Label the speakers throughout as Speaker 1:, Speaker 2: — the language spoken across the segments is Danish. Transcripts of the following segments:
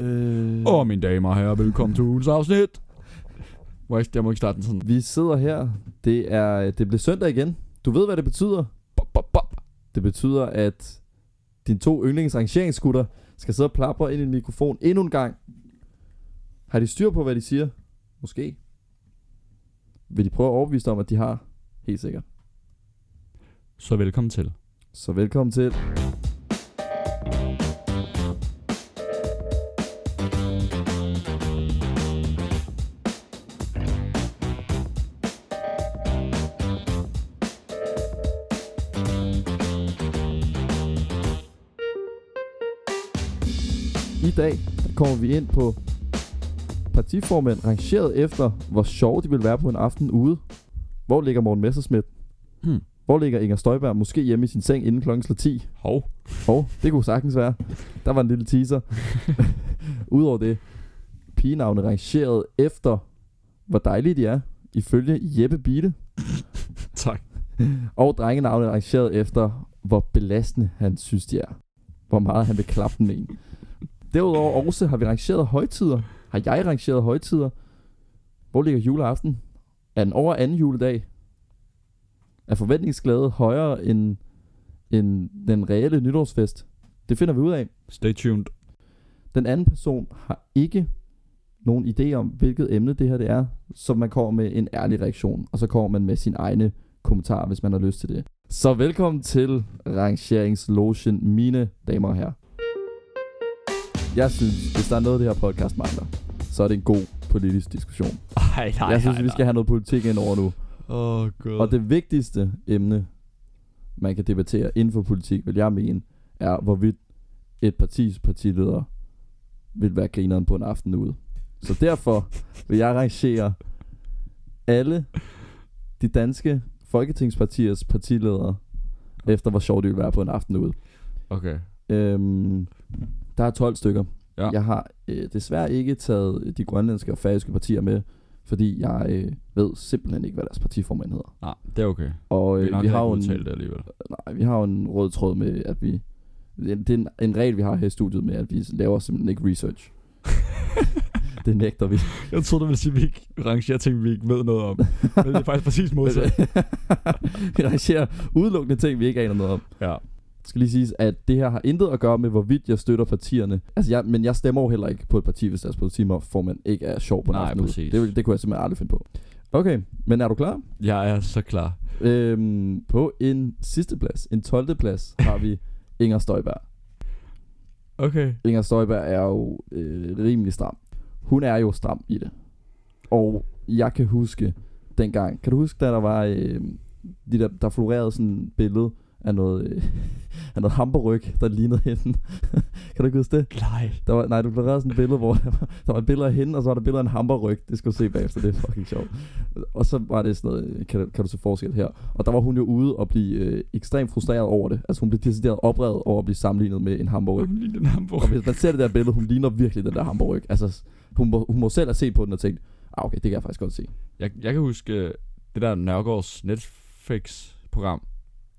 Speaker 1: Øh,
Speaker 2: Og mine damer og herrer, velkommen til ugens afsnit. Må jeg, ikke- jeg må ikke starte den sådan.
Speaker 1: Vi sidder her. Det er det bliver søndag igen. Du ved hvad det betyder?
Speaker 2: Bop, bop, bop.
Speaker 1: Det betyder at dine to yndlingsrangeringsskutter skal sidde og plapre ind i en mikrofon endnu en gang. Har de styr på hvad de siger? Måske. Vil de prøve at overbevise dig om at de har? Helt sikkert.
Speaker 2: Så velkommen til.
Speaker 1: Så velkommen til. I dag der kommer vi ind på partiformænd rangeret efter, hvor sjove de vil være på en aften ude. Hvor ligger Morten Messerschmidt?
Speaker 2: Hmm.
Speaker 1: Hvor ligger Inger Støjberg? Måske hjemme i sin seng inden klokken slår 10.
Speaker 2: Hov.
Speaker 1: Og oh, det kunne sagtens være. Der var en lille teaser. Udover det, pigenavne rangeret efter, hvor dejlige de er, ifølge Jeppe Bile.
Speaker 2: Tak.
Speaker 1: Og drengenavne rangeret efter, hvor belastende han synes, de er. Hvor meget han vil klappe den en. Derudover også har vi rangeret højtider. Har jeg rangeret højtider? Hvor ligger juleaften? Er den over anden juledag? Er forventningsglæde højere end, end den reelle nytårsfest? Det finder vi ud af.
Speaker 2: Stay tuned.
Speaker 1: Den anden person har ikke nogen idé om, hvilket emne det her det er, så man kommer med en ærlig reaktion, og så kommer man med sin egne kommentar, hvis man har lyst til det. Så velkommen til Rangeringslogen, mine damer og herrer. Jeg synes, hvis der er noget, det her podcast mangler, så er det en god politisk diskussion.
Speaker 2: Ej, nej,
Speaker 1: Jeg synes, vi skal have noget politik ind over nu.
Speaker 2: Åh, oh, god.
Speaker 1: Og det vigtigste emne, man kan debattere inden for politik, vil jeg mene, er, hvorvidt et partis partileder vil være grineren på en aften ude. Så derfor vil jeg rangere alle de danske folketingspartiers partiledere efter, hvor sjovt det vil være på en aften ude.
Speaker 2: Okay.
Speaker 1: Øhm, der er 12 stykker.
Speaker 2: Ja.
Speaker 1: Jeg har øh, desværre ikke taget de grønlandske og færøske partier med, fordi jeg øh, ved simpelthen ikke, hvad deres partiformand hedder.
Speaker 2: Nej, det er okay.
Speaker 1: Og
Speaker 2: Vi,
Speaker 1: øh, vi, vi har jo en,
Speaker 2: udtalt det alligevel.
Speaker 1: Nej, vi har jo en rød tråd med, at vi... Det det er en, en regel, vi har her i studiet med, at vi laver simpelthen ikke research. det nægter vi.
Speaker 2: Jeg troede, du ville sige, at vi ikke rangerer ting, vi ikke ved noget om. Men det er faktisk præcis modsat.
Speaker 1: vi arrangerer udelukkende ting, vi ikke aner noget om.
Speaker 2: ja.
Speaker 1: Det skal lige siges, at det her har intet at gøre med, hvorvidt jeg støtter partierne. Altså, jeg, men jeg stemmer jo heller ikke på et parti, hvis deres politiformand ikke er sjov på en
Speaker 2: Nej,
Speaker 1: aften ude.
Speaker 2: præcis.
Speaker 1: Det, vil- det kunne jeg simpelthen aldrig finde på. Okay, men er du klar?
Speaker 2: Jeg er så klar.
Speaker 1: Øhm, på en sidste plads, en 12. plads, har vi Inger Støjberg.
Speaker 2: Okay.
Speaker 1: Inger Støjberg er jo øh, rimelig stram. Hun er jo stram i det. Og jeg kan huske dengang. Kan du huske, da der var... Øh, de der, der florerede sådan et billede af noget, øh, af noget hamperryg, der lignede hende. kan du ikke huske det?
Speaker 2: Nej.
Speaker 1: Der var, nej, du florerede sådan et billede, hvor der var et billede af hende, og så var der et billede af en hamperryg. Det skal du se bagefter, det er fucking sjovt. Og så var det sådan noget, øh, kan, du- kan du se forskel her. Og der var hun jo ude og blive øh, ekstremt frustreret over det. Altså hun blev decideret oprevet over at blive sammenlignet med en hamperryg.
Speaker 2: Hun ligner en hamburg.
Speaker 1: Og hvis man ser det der billede, hun ligner virkelig den der hamburg. Altså, hun må, hun må selv have set på den og tænkt, ah, okay, det kan jeg faktisk godt se.
Speaker 2: Jeg, jeg kan huske øh, det der Nørgaards Netflix-program,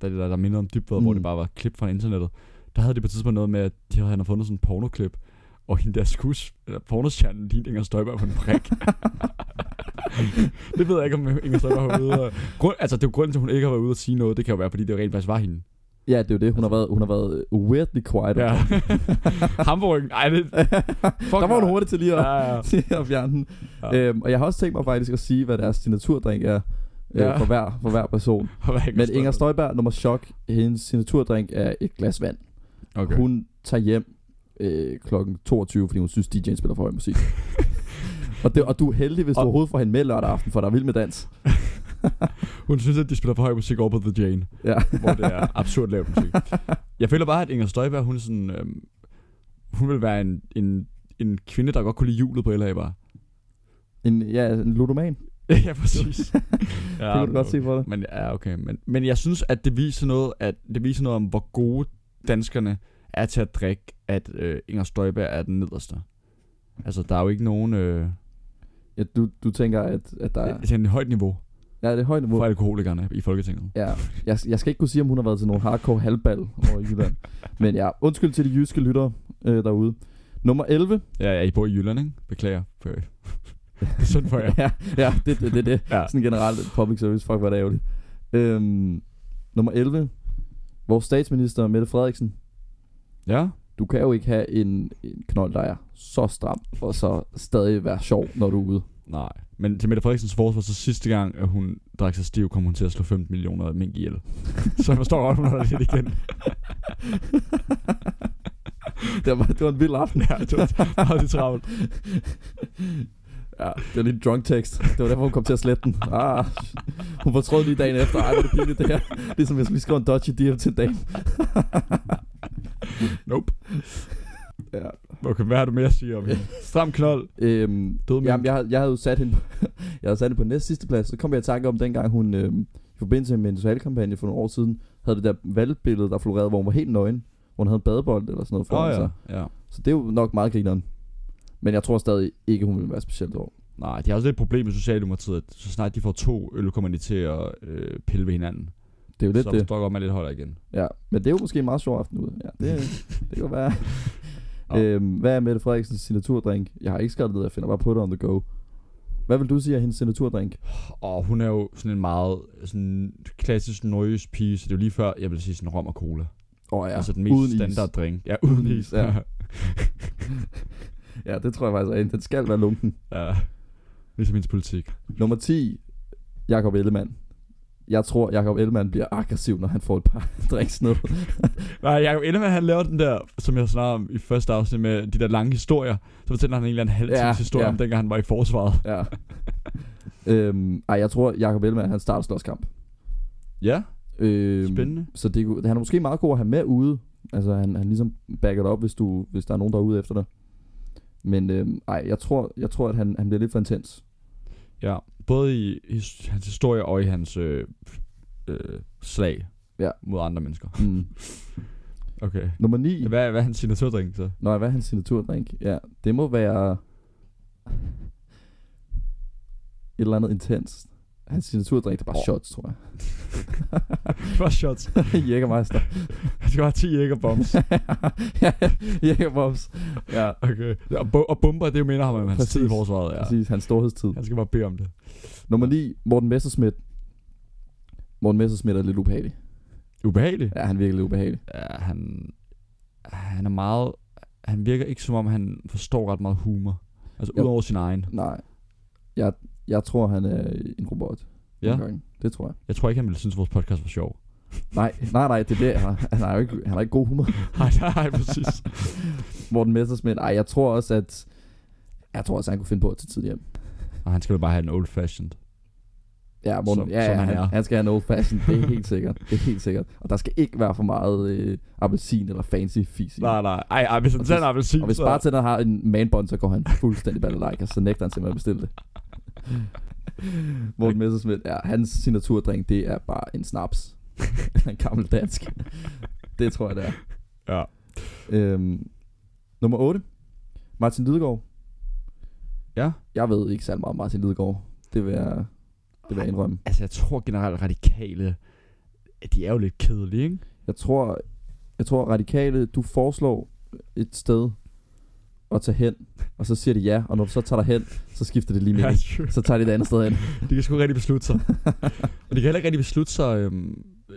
Speaker 2: der, det der, der mindede om dybvad, mm. hvor
Speaker 1: Mm.
Speaker 2: det bare var klip fra internettet. Der havde de på et tidspunkt noget med, at de havde, han havde fundet sådan en pornoklip, og hende der skus, eller pornostjernen lignede Inger Støjberg på en prik. det ved jeg ikke, om Inger Støjberg har været ude og... Grund, altså, det er jo grunden til, at hun ikke har været ude og sige noget. Det kan jo være, fordi det rent faktisk var hende.
Speaker 1: Ja, det er jo det. Hun har været, hun har været øh, weirdly quiet.
Speaker 2: Altså- Ja. Hamburgen. Ej, det...
Speaker 1: der var hun hurtigt til lige at,
Speaker 2: Ja, ja.
Speaker 1: til at fjerne den.
Speaker 2: Ja.
Speaker 1: Ja. Øhm, og jeg har også tænkt mig faktisk at sige, hvad deres signaturdrink er øh,
Speaker 2: Ja.
Speaker 1: for, hver, for hver person.
Speaker 2: Og hvad
Speaker 1: Men Inger
Speaker 2: Støjberg-
Speaker 1: Støjberg, nummer chok, hendes signaturdrink er et glas vand.
Speaker 2: Okay.
Speaker 1: Okay. Hun tager hjem øh, klokken 22, fordi hun synes, DJ'en spiller for høj musik. og, det, og du er heldig, hvis du
Speaker 2: Og-
Speaker 1: overhovedet får hende med lørdag aften, for der er vild med dans.
Speaker 2: Hun synes, at de spiller for høj musik over på The Jane.
Speaker 1: Ja.
Speaker 2: hvor det er absurd lav musik. Jeg føler bare, at Inger Støjberg, hun er sådan... Øhm, hun vil være en, en, en kvinde, der godt kunne lide julet på LA bare.
Speaker 1: En, ja, en ludoman. Ja,
Speaker 2: ja, præcis. ja,
Speaker 1: det kan du godt se for dig.
Speaker 2: Men, ja, okay. Men, men jeg synes, at det viser noget, at det viser noget om, hvor gode danskerne er til at drikke, at øh, Inger Støjberg er den nederste. Altså, der er jo ikke nogen... Øh,
Speaker 1: Ja, du, du tænker, at, at der
Speaker 2: ja.
Speaker 1: er...
Speaker 2: Det er et højt niveau
Speaker 1: Ja, det er højt niveau.
Speaker 2: for alkoholikerne i Folketinget.
Speaker 1: Ja, jeg, jeg skal ikke kunne sige, om hun har været til nogle hardcore halvball over i Jylland. Men ja, undskyld til de jyske lyttere øh, derude. Nummer 11.
Speaker 2: Ja, ja, I bor i Jylland, ikke? Beklager. det er synd for jer.
Speaker 1: ja, ja det er det, det, det.
Speaker 2: Ja.
Speaker 1: Ja. Sådan generelt, public service, fuck, hvor er det ærgerligt. Øhm, nummer 11. Vores statsminister, Mette Frederiksen.
Speaker 2: Ja,
Speaker 1: Du kan jo ikke have en, en knold, der er så stram, og så stadig være sjov, når du er ude.
Speaker 2: nej. Men til Mette Frederiksens forsvar, så sidste gang, at hun drak sig stiv, kom hun til at slå 15 millioner mink ihjel. så jeg forstår godt, hun holder det igen.
Speaker 1: Det var, det var en vild aften.
Speaker 2: Ja, det var meget travlt.
Speaker 1: Ja, det var lige en drunk tekst. Det var derfor, hun kom til at slette den. Ah, hun fortrød lige dagen efter. Ej, hvor er det pinligt det her. Ligesom jeg skulle lige skrive en dodgy DM til dagen.
Speaker 2: Nope.
Speaker 1: Ja.
Speaker 2: Okay, hvad har du mere at sige om hende? Stram knold.
Speaker 1: Øhm,
Speaker 2: Død
Speaker 1: Jamen, jeg, havde- jeg havde jo sat hende, jeg havde sat hende på næst sidste plads. Så kom jeg i tanke om, dengang hun øhm, i forbindelse med en socialkampagne for nogle år siden, havde det der valgbillede, der florerede, hvor hun var helt nøgen. Hvor hun havde en badebold eller sådan noget
Speaker 2: Åh
Speaker 1: foran
Speaker 2: ja,
Speaker 1: sig.
Speaker 2: ja.
Speaker 1: Så det er jo nok meget grineren. Men jeg tror stadig ikke, hun ville være specielt over.
Speaker 2: Nej, de har også lidt et problem med Socialdemokratiet, at så snart de får to øl, kommer de til at øh, pille ved hinanden.
Speaker 1: Det er jo lidt
Speaker 2: så
Speaker 1: det.
Speaker 2: forstår jeg godt, man lidt holder igen.
Speaker 1: Ja, men det er jo måske en meget sjov aften ude. Ja, det, det kan være.
Speaker 2: Nå.
Speaker 1: øhm, hvad er Mette Frederiksens signaturdrink? Jeg har ikke skrevet det ned, jeg finder bare på det on the go. Hvad vil du sige er hendes signaturdrink?
Speaker 2: Og hun er jo sådan en meget sådan klassisk nordjysk pige, så det er jo lige før, jeg vil sige sådan rom og cola.
Speaker 1: Åh oh, ja,
Speaker 2: altså den mest
Speaker 1: uden is.
Speaker 2: standard drink. Ja, uden
Speaker 1: Uden
Speaker 2: is.
Speaker 1: is, ja. Ja, det tror jeg faktisk er en. Den skal være lunken.
Speaker 2: ja. Ligesom hendes politik.
Speaker 1: Nummer 10, Jakob Ellemann. Jeg tror, Jakob Ellemann bliver aggressiv, når han får et par drinks ned.
Speaker 2: Nej, Jacob Ellemann, han laver den der, som jeg snakker om i første afsnit med de der lange historier. Så fortæller han en eller anden halv
Speaker 1: Ja,
Speaker 2: ja, historie
Speaker 1: ja.
Speaker 2: ja. om dengang han var i forsvaret.
Speaker 1: Ja. øhm, ej, jeg tror, Jakob Ellemann, han starter slåskamp.
Speaker 2: Ja,
Speaker 1: Øhm,
Speaker 2: spændende.
Speaker 1: Så det, kunne- han er måske meget god at have med ude. Altså han, han ligesom backer dig op, hvis, du, hvis der er nogen, der er ude efter dig. Men øhm, ej, jeg tror, jeg tror at han, han bliver lidt for intens.
Speaker 2: Ja, både i his, hans historie og i hans øh, øh, slag
Speaker 1: Ja.
Speaker 2: mod andre mennesker.
Speaker 1: Mm.
Speaker 2: Okay.
Speaker 1: Nummer 9.
Speaker 2: Hvad, hvad er hans signaturdrink så?
Speaker 1: Nå, hvad er hans signaturdrink? Ja, det må være... Et eller andet intens. Hans signaturdrink, det er bare
Speaker 2: Åh.
Speaker 1: oh. shots, tror jeg.
Speaker 2: Først shots.
Speaker 1: Jægermeister.
Speaker 2: Han skal bare have 10 æggerbombs.
Speaker 1: ja, Jægerbombs. Ja,
Speaker 2: Okay. Og, bo- og bomber, det minder ham om hans
Speaker 1: Præcis.
Speaker 2: tid i forsvaret. Ja.
Speaker 1: præcis. Hans storhedstid.
Speaker 2: Han skal bare bede om det.
Speaker 1: Nummer 9. Morten Messerschmidt. Morten Messerschmidt er lidt ubehagelig.
Speaker 2: Ubehageligt.
Speaker 1: Ja, han virker lidt ubehagelig.
Speaker 2: Ja, han, han er meget... Han virker ikke som om, han forstår ret meget humor. Altså,
Speaker 1: Jo.
Speaker 2: udover sin egen.
Speaker 1: Nej. Jeg, jeg tror, han er en robot.
Speaker 2: Ja.
Speaker 1: Nogle gange. Det tror jeg.
Speaker 2: Jeg tror ikke, han ville synes, vores podcast var sjov.
Speaker 1: Nej, nej, nej, det er det. Han, han er jo ikke, han er ikke god humor.
Speaker 2: Nej, nej, præcis.
Speaker 1: Morten Messerschmidt. Ej, jeg tror også, at... Jeg tror også, han kunne finde på at tage tidligt hjem.
Speaker 2: og han skal jo bare have en old fashioned.
Speaker 1: Ja, Morten,
Speaker 2: Som-
Speaker 1: ja,
Speaker 2: som
Speaker 1: ja,
Speaker 2: han
Speaker 1: han,
Speaker 2: er.
Speaker 1: han, skal have en old fashion. Det er helt sikkert. Det er helt sikkert. Og der skal ikke være for meget øh, appelsin eller fancy fis i.
Speaker 2: Nej, nej. Ej, ej, hvis han
Speaker 1: Og
Speaker 2: tager en
Speaker 1: hvis-
Speaker 2: appelsin,
Speaker 1: Og hvis
Speaker 2: så-
Speaker 1: bartender har en manbånd, så går han fuldstændig balalaika, så nægter han simpelthen at bestille det. Morten Messerschmidt, ja, hans signaturdrink, det er bare en snaps. en gammel dansk. Det tror jeg, det er.
Speaker 2: Ja.
Speaker 1: Øhm, nummer 8. Martin Lidegaard.
Speaker 2: Ja.
Speaker 1: Jeg ved ikke særlig meget om Martin Lidegaard. Det vil jeg, det vil jeg indrømme.
Speaker 2: Altså, jeg tror generelt, radikale, de er jo lidt kedelige, ikke?
Speaker 1: Jeg tror, jeg tror radikale, du foreslår et sted at tage hen, og så siger de ja, og når du så tager dig hen, så skifter det lige mening.
Speaker 2: sure.
Speaker 1: Så tager de et andet sted hen.
Speaker 2: De kan sgu ikke rigtig beslutte sig. og de kan heller ikke rigtig beslutte sig øhm, øh,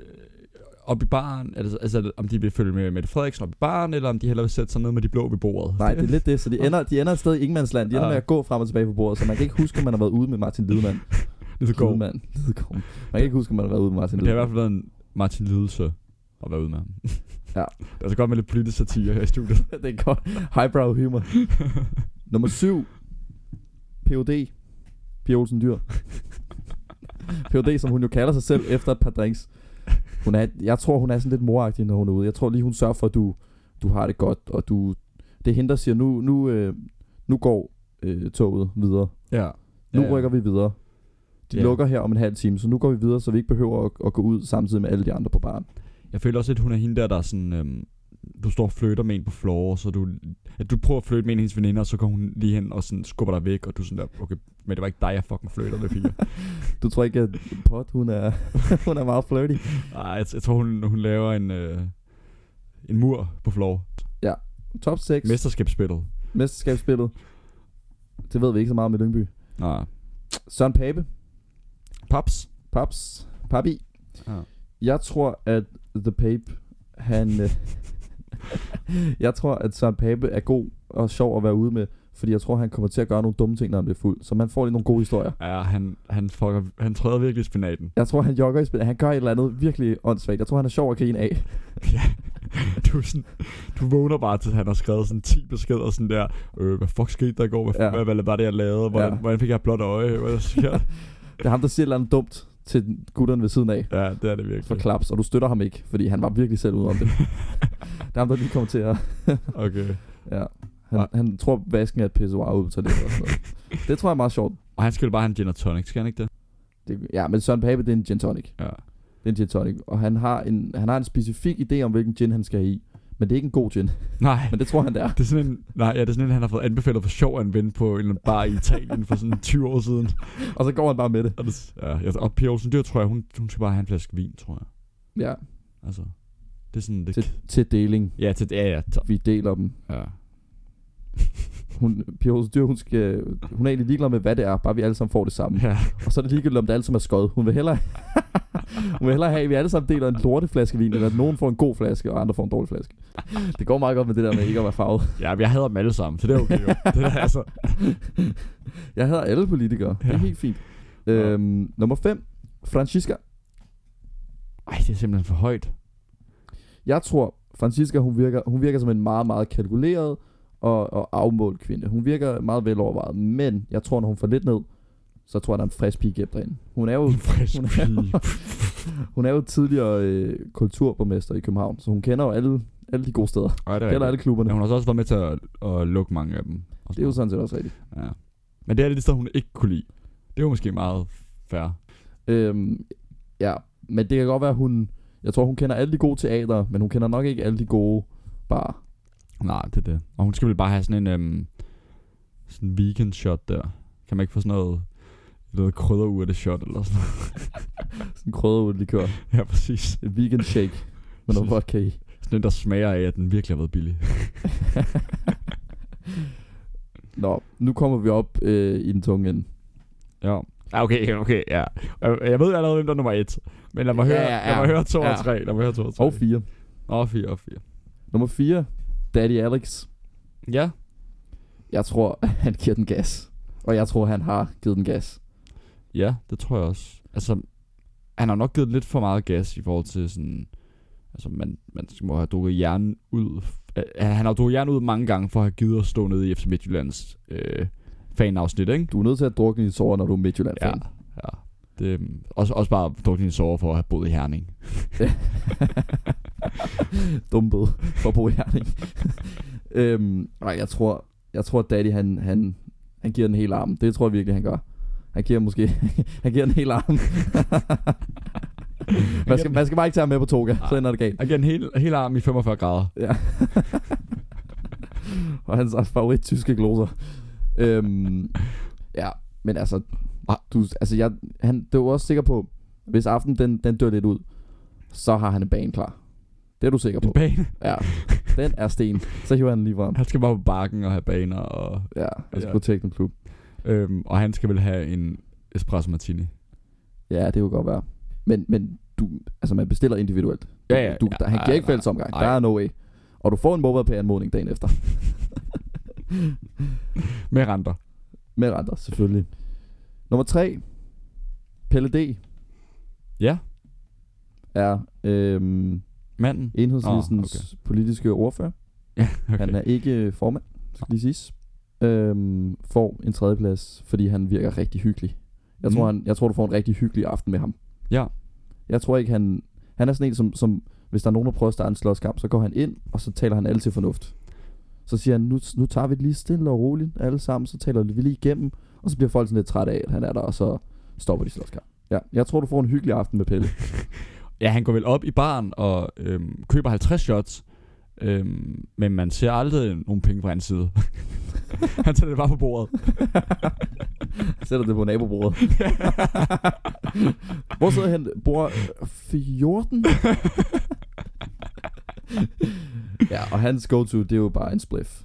Speaker 2: op i baren, altså, altså om de vil følge med Mette Frederiksen op i baren, eller om de hellere vil sætte sig ned med de blå ved bordet.
Speaker 1: Nej, det er lidt det, så de ender, de ender et sted i ingenmandsland. De ender
Speaker 2: Ja.
Speaker 1: med at gå frem og tilbage på bordet, så man kan ikke huske, om man har været ude med Martin Lidemann.
Speaker 2: det er godt.
Speaker 1: Lidemann. Lidegaard. Man kan ikke huske, om man har været ude med Martin
Speaker 2: Men det har i hvert
Speaker 1: Lidemann.
Speaker 2: fald været en Martin Lidelse at være ude med.
Speaker 1: Ja.
Speaker 2: Det er så godt med lidt politisk satire her i studiet.
Speaker 1: det er godt. Highbrow humor. Nummer 7. P.O.D. Pia Olsen Dyr. P.O.D. som hun jo kalder sig selv efter et par drinks. Hun er, jeg tror, hun er sådan lidt moragtig, når hun er ude. Jeg tror lige, hun sørger for, at du, du har det godt, og du... Det er hende, der siger, nu, nu, øh, nu går øh, toget videre.
Speaker 2: Ja.
Speaker 1: Nu ja, ja. rykker vi videre. De ja.
Speaker 2: Ja.
Speaker 1: lukker her om en halv time, så nu går vi videre, så vi ikke behøver at, at gå ud samtidig med alle de andre på baren.
Speaker 2: Jeg føler også, at hun er hende der, der er sådan... Øhm, du står og flytter med en på floor, så du, at du prøver at flytte med en af hendes veninder, og så går hun lige hen og sådan skubber dig væk, og du er sådan der, okay, men det var ikke dig, jeg fucking flytter med, piger.
Speaker 1: Du tror ikke, at Pot, hun er, hun er meget flirty?
Speaker 2: Nej, jeg, jeg tror, hun, hun laver en, øh, en mur på floor.
Speaker 1: Top 6.
Speaker 2: Mesterskabsspillet.
Speaker 1: mesterskabsspillet. Det ved vi ikke så meget med Lyngby.
Speaker 2: Nej.
Speaker 1: Søren Pape,
Speaker 2: Paps.
Speaker 1: Paps, Papi.
Speaker 2: Ja.
Speaker 1: Jeg tror, at The Pape, han... øh, jeg tror, at Søren Pape er god og sjov at være ude med, fordi jeg tror, han kommer til at gøre nogle dumme ting, når han bliver fuld. Så man får lige nogle gode historier.
Speaker 2: Ja, han, han, fucker, han træder virkelig i spinaten.
Speaker 1: Jeg tror, han jogger i spil. Han gør et eller andet virkelig åndssvagt. Jeg tror, han er sjov at grine af.
Speaker 2: Du, er sådan, du vågner bare til, at han har skrevet sådan 10 beskeder sådan der. Øh, hvad fuck skete der i går? Hvad,
Speaker 1: Ja.
Speaker 2: ja. hvad, hvad var det, jeg lavede? Hvordan,
Speaker 1: Ja.
Speaker 2: ja. hvordan fik jeg et blåt øje? Hvad er der sker?
Speaker 1: Det er ham, der siger et eller andet dumt til gutterne ved siden af
Speaker 2: ja, det er det
Speaker 1: for
Speaker 2: virkelig.
Speaker 1: klaps, og du støtter ham ikke, fordi han var virkelig selv ude om det. det er ham, der lige kommer til at...
Speaker 2: Okay.
Speaker 1: Ja. Han,
Speaker 2: Nej.
Speaker 1: han tror, vasken er et pissoir ude på toilettet og sådan noget. Det tror jeg er meget sjovt.
Speaker 2: Og han skal jo bare have en gin og tonic, skal han ikke det?
Speaker 1: Det, ja, men Søren Pape, det er en gin tonic.
Speaker 2: Ja.
Speaker 1: Det er en gin tonic. Og han har en, han har en specifik idé om, hvilken gin han skal have i. Men det er ikke en god gin.
Speaker 2: Nej.
Speaker 1: Men det tror han, det er.
Speaker 2: Det er sådan en, nej, ja, det er sådan en, han har fået anbefalet for sjov af en ven på en eller anden bar i Italien for sådan 20 år siden.
Speaker 1: Og så går han bare med det.
Speaker 2: Og, det, ja, jeg- og Pia Olsen Dyr, tror jeg, hun, hun skal bare have en flaske vin, tror jeg.
Speaker 1: Ja,
Speaker 2: Altså, det er sådan... Det,
Speaker 1: til, til deling.
Speaker 2: ja, til, ja, ja, t-
Speaker 1: Vi deler dem.
Speaker 2: ja.
Speaker 1: Hun, Pia Olsen Dyr, hun, skal, hun er egentlig ligeglad med, hvad det er. Bare vi alle sammen får det samme.
Speaker 2: ja.
Speaker 1: Og så er det ligegyldigt, om det alle sammen er skød. Hun vil hellere, hun vil hellere have, at vi alle sammen deler en lorteflaske vin, eller at nogen får en god flaske, og andre får en dårlig flaske. Det går meget godt med det der med ikke at være farvet.
Speaker 2: Ja, men jeg hader dem alle sammen, så det er okay jo. det er altså...
Speaker 1: Jeg hader alle politikere. Det er
Speaker 2: Ja.
Speaker 1: helt fint.
Speaker 2: Ja.
Speaker 1: Øhm, nummer 5. Francisca.
Speaker 2: Ej, det er simpelthen for højt.
Speaker 1: Jeg tror, Francisca, hun virker, hun virker som en meget, meget kalkuleret og, og afmålt kvinde. Hun virker meget velovervejet, men jeg tror, når hun får lidt ned, så tror jeg, der er en frisk pige gemt derinde. Hun er jo,
Speaker 2: En frisk
Speaker 1: hun er
Speaker 2: pige.
Speaker 1: hun er jo tidligere øh, kulturborgmester i København, så hun kender jo alle, alle de gode steder.
Speaker 2: Ej, det er
Speaker 1: Kender alle
Speaker 2: rigtigt.
Speaker 1: klubberne.
Speaker 2: Ja, hun har så også været med til at, at lukke mange af dem. og
Speaker 1: Det er jo sådan
Speaker 2: sådan
Speaker 1: set også rigtigt.
Speaker 2: noget. Ja. Men det er det sted, hun ikke kunne lide. Det var måske meget fair.
Speaker 1: Øhm, ja, men det kan godt være, hun... Jeg tror, hun kender alle de gode teater, men hun kender nok ikke alle de gode bare.
Speaker 2: Nej, det er det. Og hun skal vel bare have sådan en øhm, sådan en weekend shot der. Kan man ikke få sådan noget, noget krydderurte shot eller sådan noget?
Speaker 1: Sådan krydderud likør.
Speaker 2: Ja, præcis.
Speaker 1: Et vegan shake med noget vodka i.
Speaker 2: Sådan en, der smager af, at den virkelig har været billig.
Speaker 1: Nå, nu kommer vi op øh, i den tunge ende.
Speaker 2: Ja. Ja, okay, okay, ja. Jeg, jeg ved allerede, hvem der er nummer et. Men lad mig
Speaker 1: Ja,
Speaker 2: høre,
Speaker 1: ja,
Speaker 2: lad mig
Speaker 1: ja.
Speaker 2: høre to
Speaker 1: Ja.
Speaker 2: og tre. Lad mig høre to og tre.
Speaker 1: Og fire.
Speaker 2: Og fire, og fire.
Speaker 1: Nummer 4, Daddy Alex.
Speaker 2: Ja.
Speaker 1: Jeg tror, han giver den gas. Og jeg tror, han har givet den gas.
Speaker 2: Ja, det tror jeg også. Altså, han har nok givet lidt for meget gas i forhold til sådan... Altså, man, man må have drukket hjernen ud... Øh, han har drukket hjernen ud mange gange for at have givet at stå nede i FC Midtjyllands øh, fanafsnit, ikke?
Speaker 1: Du er nødt til at drukne i sår, når du er midtjylland
Speaker 2: Ja, ja. Det, mm, også, også bare drukket din sover for at have boet i Herning.
Speaker 1: Dumbed for at bruge hjerning. øhm, nej, jeg tror, jeg tror, at Daddy, han, han, han giver den hele armen. Det tror jeg virkelig, han gør. Han giver måske, han giver den hele armen. man, skal, man skal bare ikke tage ham med på toga, så
Speaker 2: Nej.
Speaker 1: ender det galt.
Speaker 2: Og giver en hel, hel arm i 45 grader.
Speaker 1: Ja. og hans favorit tyske gloser. Øhm, ja, men altså, du, altså jeg, han, det var også sikker på, hvis aftenen den, den dør lidt ud, så har han en bane klar. Det er du sikker
Speaker 2: En
Speaker 1: på.
Speaker 2: bane.
Speaker 1: Ja, den er sten. Så hiver han den lige frem.
Speaker 2: Han skal bare på bakken og have baner, og,
Speaker 1: Ja, altså
Speaker 2: Ja.
Speaker 1: Protect and Club.
Speaker 2: øhm, og han skal vel have en espresso martini.
Speaker 1: Ja, det kunne godt være. Men, men du, altså man bestiller individuelt. Du,
Speaker 2: Ja, ja,
Speaker 1: du,
Speaker 2: ja.
Speaker 1: der, han
Speaker 2: Ej,
Speaker 1: giver ikke
Speaker 2: nej,
Speaker 1: fælles omgang.
Speaker 2: nej.
Speaker 1: Der er no way. Og du får en mobile anmodning dagen efter.
Speaker 2: Med renter.
Speaker 1: Med renter, selvfølgelig. Nummer 3. Pelle D.
Speaker 2: Ja,
Speaker 1: er øhm,
Speaker 2: manden.
Speaker 1: enhedslistens
Speaker 2: Åh,
Speaker 1: oh, okay. politiske ordfører.
Speaker 2: Ja,
Speaker 1: Okay. Han er ikke øh, formand, skal lige siges. Øhm, får en tredjeplads, fordi han virker rigtig hyggelig. Jeg, mm. tror,
Speaker 2: Mm.
Speaker 1: han, jeg tror, du får en rigtig hyggelig aften med ham.
Speaker 2: Ja.
Speaker 1: Jeg tror ikke, han... Han er sådan en, som, som hvis der er nogen, der prøver at starte en slåskamp, så går han ind, og så taler han alle til fornuft. Så siger han, nu, nu tager vi det lige stille og roligt alle sammen, så taler vi lige igennem, og så bliver folk sådan lidt trætte af, at han er der, og så stopper de slåskamp. Ja, jeg tror, du får en hyggelig aften med Pelle.
Speaker 2: Ja, han går vel op i baren og øhm, køber 50 shots, øhm, men man ser aldrig nogen penge fra hans side. han tager det bare på bordet.
Speaker 1: Sætter det på nabobordet. Hvor sidder han? Bor 14? ja, og hans go-to, det er jo bare en spliff.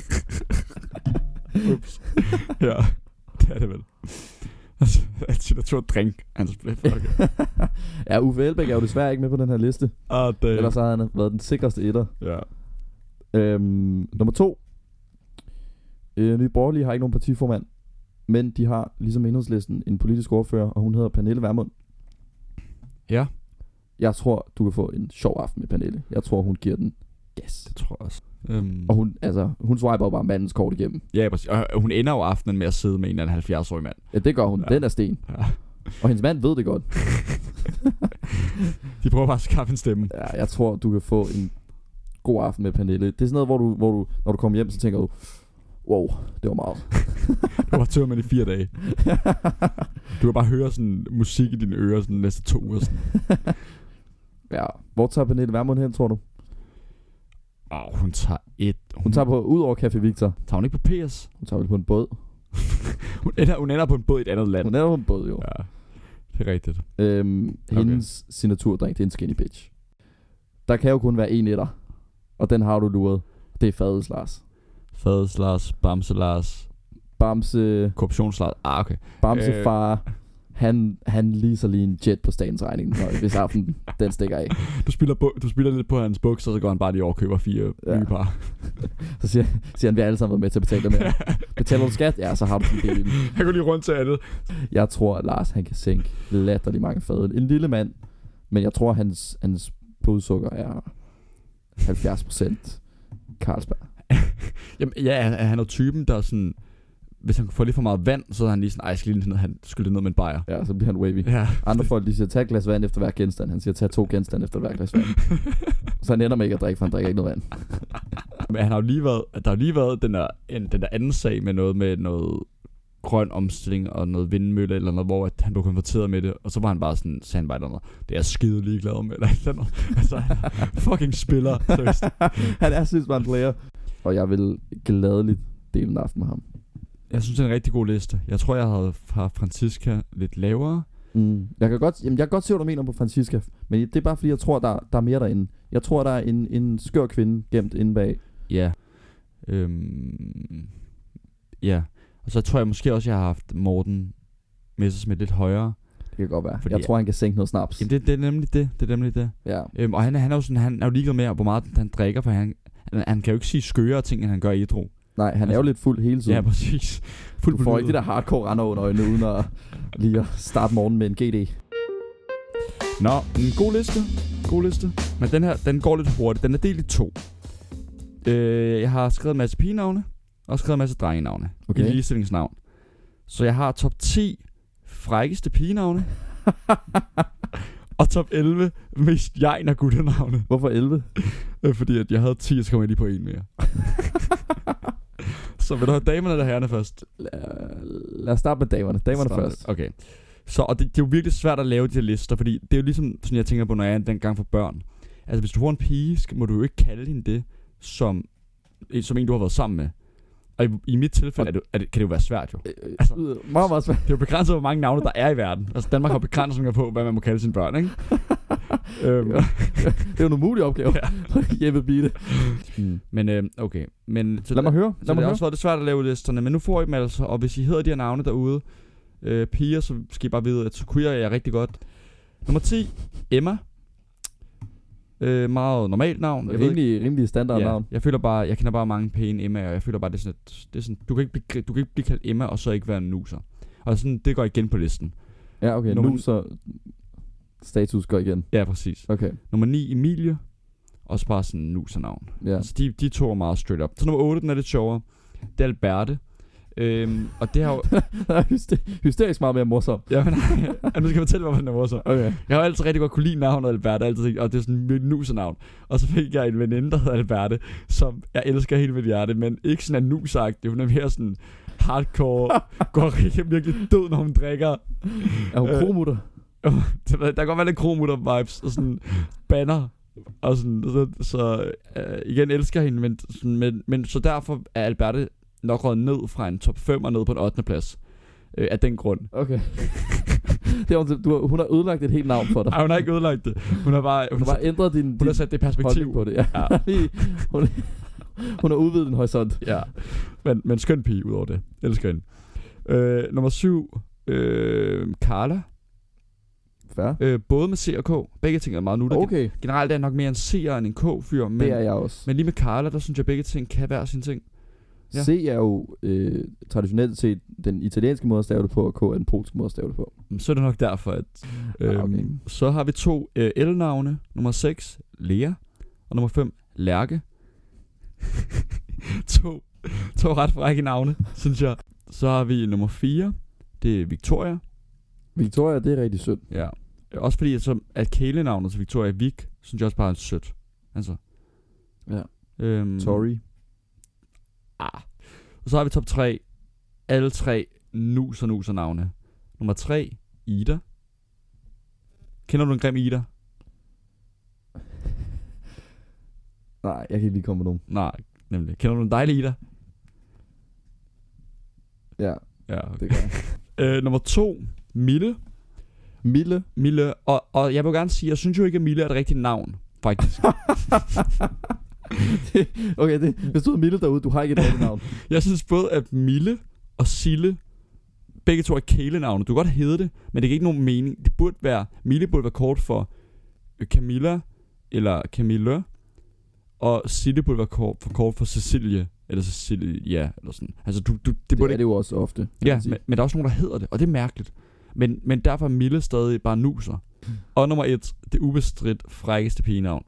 Speaker 2: Ups. ja, det er det vel. Altså, altså, jeg tog en drink, han blev fucket.
Speaker 1: ja, Uffe Elbæk er jo desværre ikke med på den her liste.
Speaker 2: Ah, damn.
Speaker 1: Ellers har han været den sikreste etter.
Speaker 2: Ja.
Speaker 1: Øhm, nummer to. Øh, Nye Borgerlige har ikke nogen partiformand, men de har, ligesom enhedslisten, en politisk ordfører, og hun hedder Pernille Vermund.
Speaker 2: Ja.
Speaker 1: Jeg tror, du kan få en sjov aften med Pernille. Jeg tror, hun giver den gas.
Speaker 2: Det tror jeg også. Øhm,
Speaker 1: Og hun, altså, hun swiper jo bare mandens kort igennem.
Speaker 2: Ja, præcis. Og hun ender jo aftenen med at sidde med en eller anden 70-årig mand.
Speaker 1: Ja, det gør hun.
Speaker 2: Ja.
Speaker 1: Ja. Den er sten.
Speaker 2: Ja.
Speaker 1: Og hendes mand ved det godt.
Speaker 2: De prøver bare at skaffe en stemme.
Speaker 1: Ja, jeg tror, du kan få en god aften med Pernille. Det er sådan noget, hvor du, hvor du når du kommer hjem, så tænker du, wow, det var meget.
Speaker 2: Du var tørmand i fire dage. Du kan bare høre sådan musik i dine ører sådan næste to uger. Sådan.
Speaker 1: ja. Hvor tager Pernille Vermund hen, tror du?
Speaker 2: Åh, hun tager et.
Speaker 1: Hun tager på, ud over Café Victor,
Speaker 2: tager hun ikke på PS?
Speaker 1: hun tager vel på en båd.
Speaker 2: Hun ender, hun ender på en båd i et andet land.
Speaker 1: Hun er jo på en båd, jo.
Speaker 2: Ja, det er rigtigt.
Speaker 1: Øhm, hendes signaturdrink, det er en skinny bitch. Der kan jo kun være en etter, og den har du luret. Det er fadels, Lars.
Speaker 2: Fades Lars, Bamse Lars,
Speaker 1: Bamse,
Speaker 2: Korruptions Lars. Ah, okay.
Speaker 1: Bamse
Speaker 2: Øh.
Speaker 1: øh. far, han, han leaser lige en jet på statens regning, når, hvis aftenen den stikker af.
Speaker 2: Du spiller, bu- du spiller lidt på hans bukser, så går han bare lige over og køber fire ja.
Speaker 1: Ja.
Speaker 2: nye par.
Speaker 1: Så siger, siger han, vi har alle sammen været med til at betale dem her. Betaler du skat? Ja, så har du din del i den.
Speaker 2: Han går lige rundt til andet.
Speaker 1: Jeg tror, at Lars han kan sænke latterlig mange fadøl. En lille mand, men jeg tror, hans, hans blodsukker er 70% Carlsberg.
Speaker 2: Jamen, ja, han, han er jo typen, der er sådan... Hvis han får lidt for meget vand, så er han lige sådan, ej, jeg skal lige ned, han skylder ned med en bajer.
Speaker 1: Ja, så bliver han wavy.
Speaker 2: Ja.
Speaker 1: Andre folk, de siger, tag et glas vand efter hver genstand. Han siger, tag to genstande efter hver glas vand. så han ender med ikke at drikke, for han drikker ikke noget vand.
Speaker 2: Men han har jo lige været, der har jo lige været den der, en, den der anden sag med noget med noget grøn omstilling og noget vindmølle eller noget, hvor at han blev konfronteret med det, og så var han bare sådan, sagde han bare et eller andet, det er jeg skide ligeglad med, eller et eller andet. Altså, han er fucking spiller, seriøst.
Speaker 1: han er sidst bare en player. Og jeg vil gladeligt dele en aften med ham.
Speaker 2: Jeg synes, det er en rigtig god liste. Jeg tror, jeg havde fra Francisca lidt lavere.
Speaker 1: Mm. Jeg, kan godt, jamen, jeg kan godt se, hvad du mener på Francisca, men det er bare fordi, jeg tror, der, der er mere derinde. Jeg tror, der er en, en skør kvinde gemt inde bag.
Speaker 2: Ja. Øhm, ja. Og så tror jeg måske også, jeg har haft Morten Messersmith lidt højere.
Speaker 1: Det kan godt være.
Speaker 2: Fordi-
Speaker 1: Fordi jeg tror, han kan sænke noget snaps.
Speaker 2: Jamen, det, det er nemlig det. Det er nemlig det.
Speaker 1: Ja.
Speaker 2: Øhm, og han, er- han er jo sådan, han er jo ligeglad med, hvor meget han drikker, for han, han, han kan jo ikke sige skøre ting, end han gør i ædru.
Speaker 1: Nej, han er jo
Speaker 2: Altså-
Speaker 1: lidt fuld hele tiden.
Speaker 2: Ja, præcis. Fuld
Speaker 1: du får ikke det der hardcore render under øjnene, uden at lige at starte morgen med en GD.
Speaker 2: Nå, en god liste. God liste. Men den her, den går lidt hurtigt. Den er delt i to. Øh, jeg har skrevet en masse pigenavne, og skrevet en masse drengenavne.
Speaker 1: Okay.
Speaker 2: I ligestillingsnavn. Så jeg har top 10 frækkeste pigenavne. og top 11 mest jegn og guttenavne.
Speaker 1: Hvorfor 11?
Speaker 2: Øh, Fordi at jeg havde 10, så kom jeg lige på en mere. så vil du have damerne eller herrerne først?
Speaker 1: Lad, lad os starte med damerne. Damerne
Speaker 2: Start med-
Speaker 1: først.
Speaker 2: Okay. Så, og det, det, er jo virkelig svært at lave de her lister, fordi det er jo ligesom, sådan jeg tænker på, når jeg er dengang for børn. Altså, hvis du får en pige, skal, må du jo ikke kalde hende det, som, eh, som en, du har været sammen med. Og i, i mit tilfælde er det, er det, kan det jo være svært jo.
Speaker 1: Øh,
Speaker 2: Altså-
Speaker 1: altså, meget, meget svært.
Speaker 2: Det er jo begrænset, hvor mange navne der er i verden. Altså, Danmark har begrænsninger på, hvad man må kalde sine børn, ikke? øhm,
Speaker 1: Det er jo en umulig opgave. Ja. Jeppe Bide. Mm.
Speaker 2: men øh, okay. Men, så
Speaker 1: Lad mig høre. Lad
Speaker 2: Så det
Speaker 1: mig
Speaker 2: har
Speaker 1: høre.
Speaker 2: også været lidt svært at lave listerne, men nu får I dem altså, og hvis I hedder de her navne derude, øh, piger, så skal I bare vide, at så queer er jeg rigtig godt. Nummer 10, Emma. Øh, meget normalt navn. ved ikke-
Speaker 1: Rimelig, rimelig standard
Speaker 2: ja,
Speaker 1: navn.
Speaker 2: Jeg føler bare, jeg kender bare mange pæne Emma, og jeg føler bare, det er sådan, et, det er sådan du, kan ikke blive, du kan ikke blive kaldt Emma, og så ikke være en nuser. Og sådan, det går igen på listen.
Speaker 1: Ja, okay.
Speaker 2: Nummer-
Speaker 1: Nu så status går igen.
Speaker 2: Ja, præcis.
Speaker 1: Okay,
Speaker 2: Nummer 9, Emilie. Også bare sådan en nusernavn.
Speaker 1: ja.
Speaker 2: Ja. Så de, de to er meget straight up. Så nummer 8, den er lidt sjovere. Det er Alberte. Øhm, og det har jo...
Speaker 1: Der er hyster- hysterisk meget mere morsom.
Speaker 2: Ja, men ja, nu skal jeg fortælle, hvorfor den er morsom.
Speaker 1: Okay.
Speaker 2: Jeg har altid rigtig godt kunne lide navnet Alberte, altid tænkt, og det er sådan et nusenavn. Og så fik jeg en veninde, der hedder Alberte, som jeg elsker helt mit hjerte, men ikke sådan en nusagtig. Hun er mere sådan hardcore, går virkelig, virkelig død, når hun drikker.
Speaker 1: Er hun
Speaker 2: Øh.
Speaker 1: kromutter?
Speaker 2: Så Der der kan godt være lidt kromutter vibes og sådan banner. Og sådan, så, så øh, igen elsker jeg hende, men, sådan, men, men så derfor er Alberte nok røget ned fra en top 5 og ned på en 8. plads. Øh, af den grund.
Speaker 1: Okay. det er, hun- du, har- hun har ødelagt et helt navn for dig.
Speaker 2: Ej, hun har ikke ødelagt det. Hun har bare, hun
Speaker 1: Hun
Speaker 2: har
Speaker 1: har
Speaker 2: sat,
Speaker 1: bare ændret din,
Speaker 2: hun har
Speaker 1: din
Speaker 2: sat det i
Speaker 1: holdning
Speaker 2: perspektiv.
Speaker 1: på det. Ja.
Speaker 2: Ja.
Speaker 1: Lige- hun, Hun har udvidet en horisont.
Speaker 2: Ja. Men, men skøn pige ud over det. Elsker hende. Øh, nummer syv. Øh, Carla.
Speaker 1: Fair.
Speaker 2: Øh, både med C og K. Begge ting er meget nuttet.
Speaker 1: Okay,
Speaker 2: Generelt er jeg nok mere en C'er end en K-fyr. Men,
Speaker 1: det er jeg også.
Speaker 2: men lige med Carla, der synes jeg, begge ting kan være sin ting. ja.
Speaker 1: C er jo øh, traditionelt set den italienske måde at stave det på, og K er den polske måde at stave det på.
Speaker 2: Men Så er det nok derfor, at...
Speaker 1: Ah,
Speaker 2: Øhm,
Speaker 1: okay.
Speaker 2: Så har vi to øh, L-navne. Nummer 6, Lea. Og nummer 5, Lærke. to, to ret frække navne, synes jeg. Så har vi nummer 4, det er Victoria.
Speaker 1: Victoria, det er rigtig sødt.
Speaker 2: Ja. Også fordi, at, så, at kælenavnet til Victoria Vik, synes jeg også bare er sødt. Altså.
Speaker 1: Ja.
Speaker 2: Øhm,
Speaker 1: Tory.
Speaker 2: Ah. Og så har vi top 3. Alle tre nuser nuser navne. Nummer 3, Ida. Kender du en grim Ida?
Speaker 1: Nej, jeg kan ikke lige komme med nogen.
Speaker 2: Nej, nemlig. Kender du en dejlig Ida?
Speaker 1: Ja,
Speaker 2: Ja, okay.
Speaker 1: det gør jeg.
Speaker 2: øh, nummer 2, Mille.
Speaker 1: Mille.
Speaker 2: Mille, og, og jeg vil gerne sige, jeg synes jo ikke, at Mille er et rigtigt navn, faktisk.
Speaker 1: okay, det, hvis du hedder Mille derude, du har ikke et rigtigt navn.
Speaker 2: jeg synes både, at Mille og Sille, begge to er kælenavne. Du kan godt hedde det, men det giver ikke nogen mening. Det burde være, Mille burde være kort for øh, Camilla, eller Camille, og Sille burde være kort for, kort for Cecilie, eller Cecilia, eller sådan. Altså, du, du, det
Speaker 1: Det,
Speaker 2: burde
Speaker 1: det er det jo også ofte. kan
Speaker 2: Ja,
Speaker 1: man sige.
Speaker 2: men, men der er også nogen, der hedder det, og det er mærkeligt. Men, men derfor er Mille stadig bare nuser. Og nummer et, det ubestridt frækkeste pigenavn.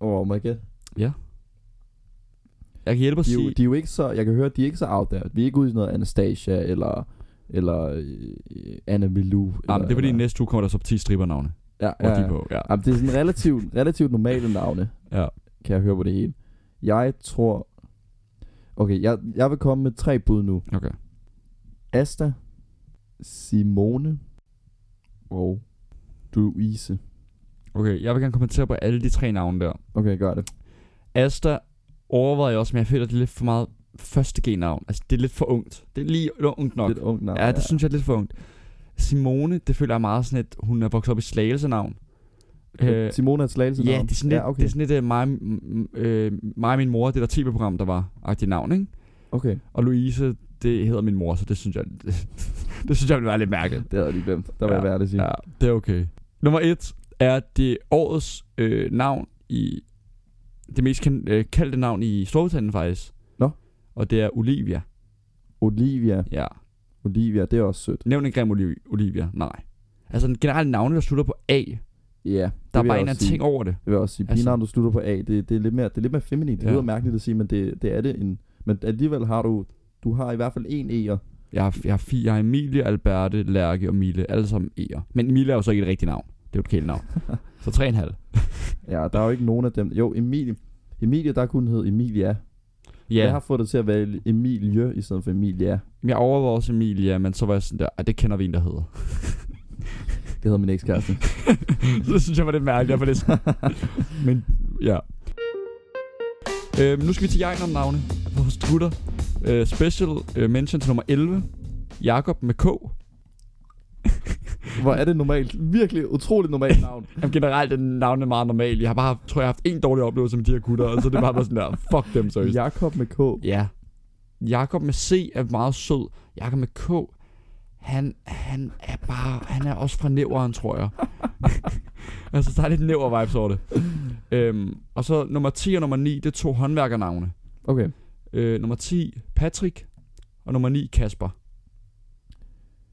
Speaker 1: Oh my god.
Speaker 2: Jeg kan hjælpe at
Speaker 1: De er, jo,
Speaker 2: sige...
Speaker 1: de er jo ikke så, jeg kan høre, de er ikke så out there. Vi er ikke ude i noget Anastasia, eller, eller øh, Anna Milou.
Speaker 2: Ah, men det er fordi,
Speaker 1: eller,
Speaker 2: næste uge kommer der så 10 striber navne.
Speaker 1: ja,
Speaker 2: Ja,
Speaker 1: ja,
Speaker 2: de er
Speaker 1: ja.
Speaker 2: på. Ja.
Speaker 1: Jamen, det er sådan relativt, relativt normale navne,
Speaker 2: Ja.
Speaker 1: kan jeg høre på det hele. Jeg tror... Okay, jeg, jeg vil komme med tre bud nu.
Speaker 2: Okay.
Speaker 1: Asta, Simone og Louise.
Speaker 2: okay, jeg vil gerne kommentere på alle de tre navne der.
Speaker 1: Okay, gør det.
Speaker 2: Asta overvejede jeg også, men jeg føler, at det er lidt for meget første G-navn. Altså, det er lidt for ungt. Det er lige det er ungt nok.
Speaker 1: Det er et ungt navn.
Speaker 2: ja, det synes jeg er lidt for ungt. Simone, det føler jeg er meget sådan, at hun er vokset op i Slagelse-navn.
Speaker 1: Øh, Simone er et slagelse
Speaker 2: Ja, det er sådan lidt,
Speaker 1: ja, okay.
Speaker 2: det er sådan lidt uh, mig, m- m- øh, mig og min mor, det der tv-program, der var, agtigt navn, ikke?
Speaker 1: okay.
Speaker 2: Og Louise, det hedder min mor, så det synes jeg, det, det synes jeg ville være lidt mærkeligt.
Speaker 1: Det havde jeg lige glemt. Der var
Speaker 2: Ja,
Speaker 1: jeg værd at sige.
Speaker 2: Ja, det er okay. Nummer et er det årets øh, navn i, det mest kendt, øh, kaldte navn i Storbritannien faktisk.
Speaker 1: Nå.
Speaker 2: Og det er Olivia.
Speaker 1: Olivia.
Speaker 2: Ja.
Speaker 1: Olivia, det er også sødt.
Speaker 2: Nævn en grim Oliv- Olivia. Nej. Altså den generelle navne, der slutter på A.
Speaker 1: Ja, yeah,
Speaker 2: Der er bare en eller anden ting over det.
Speaker 1: Jeg vil også sige,
Speaker 2: Altså-
Speaker 1: altså, du slutter på A, det, det, er lidt mere, det er lidt mere feminin. Det
Speaker 2: Ja.
Speaker 1: lyder mærkeligt at sige, men det, det er det. En, men alligevel har du, du har i hvert fald en E'er.
Speaker 2: Jeg har, jeg har fire. Jeg har Emilie, Alberte, Lærke og Mille. Alle sammen E'er. Men Emilie er jo så ikke et rigtigt navn. Det er jo et kælenavn. så 3,5.
Speaker 1: Ja, der er jo ikke nogen af dem. Jo, Emilie. Emilie, der kunne hedde Emilia.
Speaker 2: Ja,
Speaker 1: Jeg har fået det til at være Emilie i stedet for Emilia.
Speaker 2: men jeg overvejede også Emilia, men så var jeg sådan der, "Ej, det kender vi en, der hedder.
Speaker 1: Det hedder min ekskæreste.
Speaker 2: så det synes jeg var lidt mærkeligt, for det er sådan- Men ja. Øhm, nu skal vi til jegn om navne. Vores Twitter. Øh, special øh, mention til nummer 11. Jakob med K.
Speaker 1: Hvor er det normalt? Virkelig utroligt normalt navn.
Speaker 2: Jamen, generelt er navnet meget normalt. Jeg har bare, haft- tror jeg, har haft en dårlig oplevelse med de her gutter, og så er det bare var sådan der, fuck dem seriøst.
Speaker 1: Jakob med K.
Speaker 2: Ja. Jakob med C er meget sød. Jakob med K, han, han er bare, han er også fra næveren, tror jeg. altså, der er lidt næver vibes over det. Øhm, og så nummer 10 og nummer 9, det er to håndværkernavne.
Speaker 1: Okay.
Speaker 2: Øh, nummer 10, Patrick, og nummer 9, Kasper.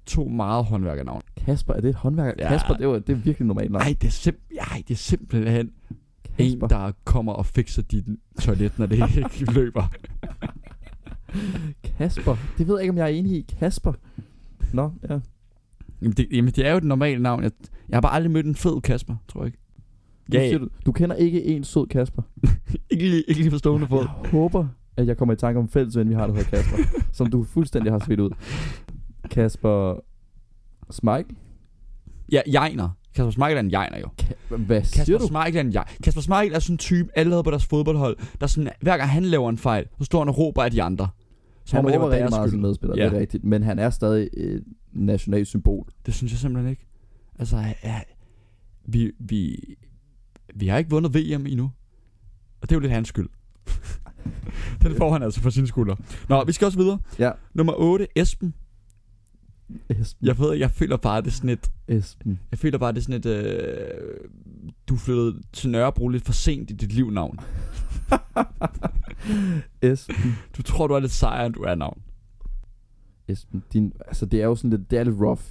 Speaker 2: To meget håndværkernavne.
Speaker 1: Kasper, er det et håndværker?
Speaker 2: Ja.
Speaker 1: Ja. Kasper, det er, jo- det er virkelig normalt navn.
Speaker 2: Nej, det er, simp- ej, det er simpelthen en,
Speaker 1: Kasper.
Speaker 2: der kommer og fikser dit toilet, når det ikke løber.
Speaker 1: Kasper. Det ved jeg ikke, om jeg er enig i. Kasper. Nå, ja.
Speaker 2: Jamen det, jamen, det er jo et normalt navn. Jeg, jeg har bare aldrig mødt en fed Kasper, tror jeg ikke.
Speaker 1: Nu siger du, du kender ikke en sød Kasper.
Speaker 2: ikke, lige, ikke lige på stående fod.
Speaker 1: Jeg håber, at jeg kommer i tanke om en fælles ven, vi har, der hedder Kasper. som du fuldstændig har svedt ud. Kasper... Smeichel?
Speaker 2: Ja, jegner. Kasper Smeichel er en jegner jo.
Speaker 1: Ka- Hvad siger
Speaker 2: Kasper
Speaker 1: du?
Speaker 2: Smeichel er en jeg. Kasper Smeichel er sådan en type, alle havde på deres fodboldhold, der sådan, hver gang han laver en fejl, så står han og råber af de andre. Som
Speaker 1: Han
Speaker 2: om, at det
Speaker 1: råber
Speaker 2: var
Speaker 1: rigtig
Speaker 2: deres
Speaker 1: meget
Speaker 2: skyld.
Speaker 1: sin medspiller,
Speaker 2: Ja.
Speaker 1: ja. det er rigtigt. Men han er stadig et nationalt symbol.
Speaker 2: Det synes jeg simpelthen ikke. Altså, ja, vi, vi, vi har ikke vundet VM endnu. Og det er jo lidt hans skyld. Den får han altså fra sin skulder. Nå, vi skal også videre.
Speaker 1: Ja.
Speaker 2: Nummer 8, Esben.
Speaker 1: Esben.
Speaker 2: Jeg ved, jeg føler bare, det er sådan et
Speaker 1: Esben.
Speaker 2: Jeg føler bare, det er sådan et... Øh, du flyttede til Nørrebro lidt for sent i dit livnavn.
Speaker 1: Esben.
Speaker 2: Du tror, du er lidt sejere, end du er navn.
Speaker 1: Esben. Din, altså, det er jo sådan lidt, det er lidt rough,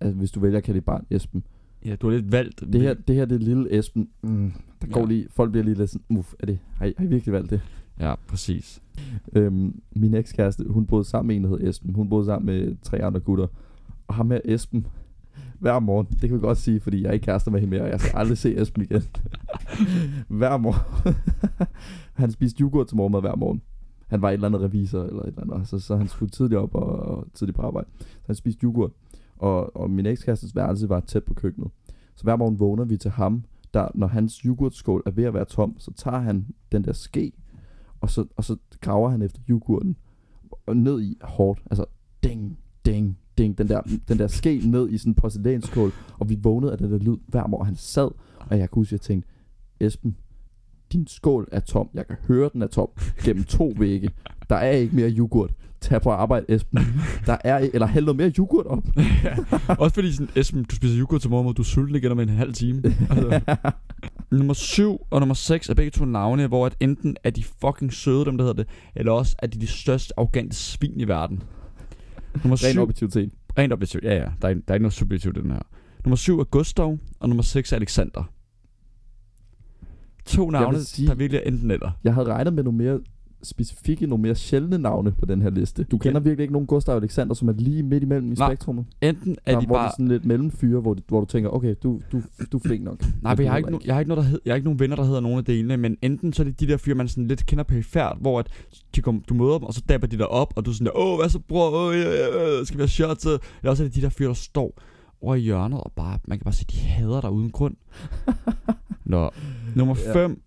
Speaker 1: altså, hvis du vælger at kalde dit barn Esben.
Speaker 2: Ja, du har lidt valgt.
Speaker 1: Det her, det her, det er lille Esben. Mm, der går
Speaker 2: Mm. Ja.
Speaker 1: ja. lige, folk bliver lige lidt sådan, uff, er det, har I, har I virkelig valgt det?
Speaker 2: Ja, præcis.
Speaker 1: Øhm, min ekskæreste, hun boede sammen med en, der hed Esben. Hun boede sammen med tre andre gutter. Og ham her Esben, hver morgen, det kan vi godt sige, fordi jeg er ikke kærester med hende mere, og jeg skal aldrig se Esben igen. hver morgen. han spiste yoghurt til morgenmad hver morgen. Han var et eller andet revisor eller et eller andet, og så, så han skulle tidligt op og, og tidligt på arbejde. Så han spiste yoghurt, og, og min ekskærestes værelse var tæt på køkkenet. Så hver morgen vågner vi til ham, der, når hans yoghurtskål er ved at være tom, så tager han den der ske, og så, og så graver han efter yoghurten, og ned i hårdt, altså ding, ding, ding, den der, den der ske ned i sådan en porcelænsskål, og vi vågnede af den der lyd hver morgen, han sad, og jeg kunne huske, at jeg tænkte, Esben, din skål er tom, jeg kan høre, den er tom, gennem to vægge, der er ikke mere yoghurt, tag på arbejde, Esben, der er, i- eller hæld noget mere yoghurt op.
Speaker 2: Også fordi sådan, Esben, du spiser yoghurt til morgen, og du er sulten igen om en halv time. Altså. nummer 7 og nummer 6 er begge to navne, hvor at enten er de fucking søde, dem der hedder det, eller også er de de største arrogante svin i verden. Nummer
Speaker 1: Ren
Speaker 2: 7
Speaker 1: objektivitet.
Speaker 2: Rent objektivt, ja ja. Der er, der er ikke noget subjektivt i den her. Nummer 7 er Gustav, og nummer 6 er Alexander. To navne, sige...
Speaker 1: sige-
Speaker 2: der virkelig er enten eller.
Speaker 1: Jeg havde regnet med nogle mere specifikke, nogle mere sjældne navne på den her liste. Du kender virkelig ikke nogen Gustav Alexander, som er lige midt imellem i
Speaker 2: Nej.
Speaker 1: spektrummet?
Speaker 2: Enten er
Speaker 1: Er
Speaker 2: der, de
Speaker 1: de hvor bare... det
Speaker 2: bare...
Speaker 1: er sådan lidt mellemfyre, hvor, hvor du tænker, okay, du, du, du er flink nok.
Speaker 2: Nej,
Speaker 1: det
Speaker 2: men jeg
Speaker 1: ved
Speaker 2: har, ikke,
Speaker 1: jeg
Speaker 2: no,
Speaker 1: ikke.
Speaker 2: jeg, har ikke noget, der hed, jeg har ikke nogen venner, der hedder nogen af delene, men enten så er det de der fyre, man sådan lidt kender perifært, hvor at de kom, du møder dem, og så dapper de dig op, og du er sådan der, åh, hvad så bror, åh, ja, ja, ja, skal vi have shots? Eller også er det de der fyre, der står over i hjørnet, og bare, man kan bare se, de hader dig uden grund. Nå, nummer
Speaker 1: Ja.
Speaker 2: 5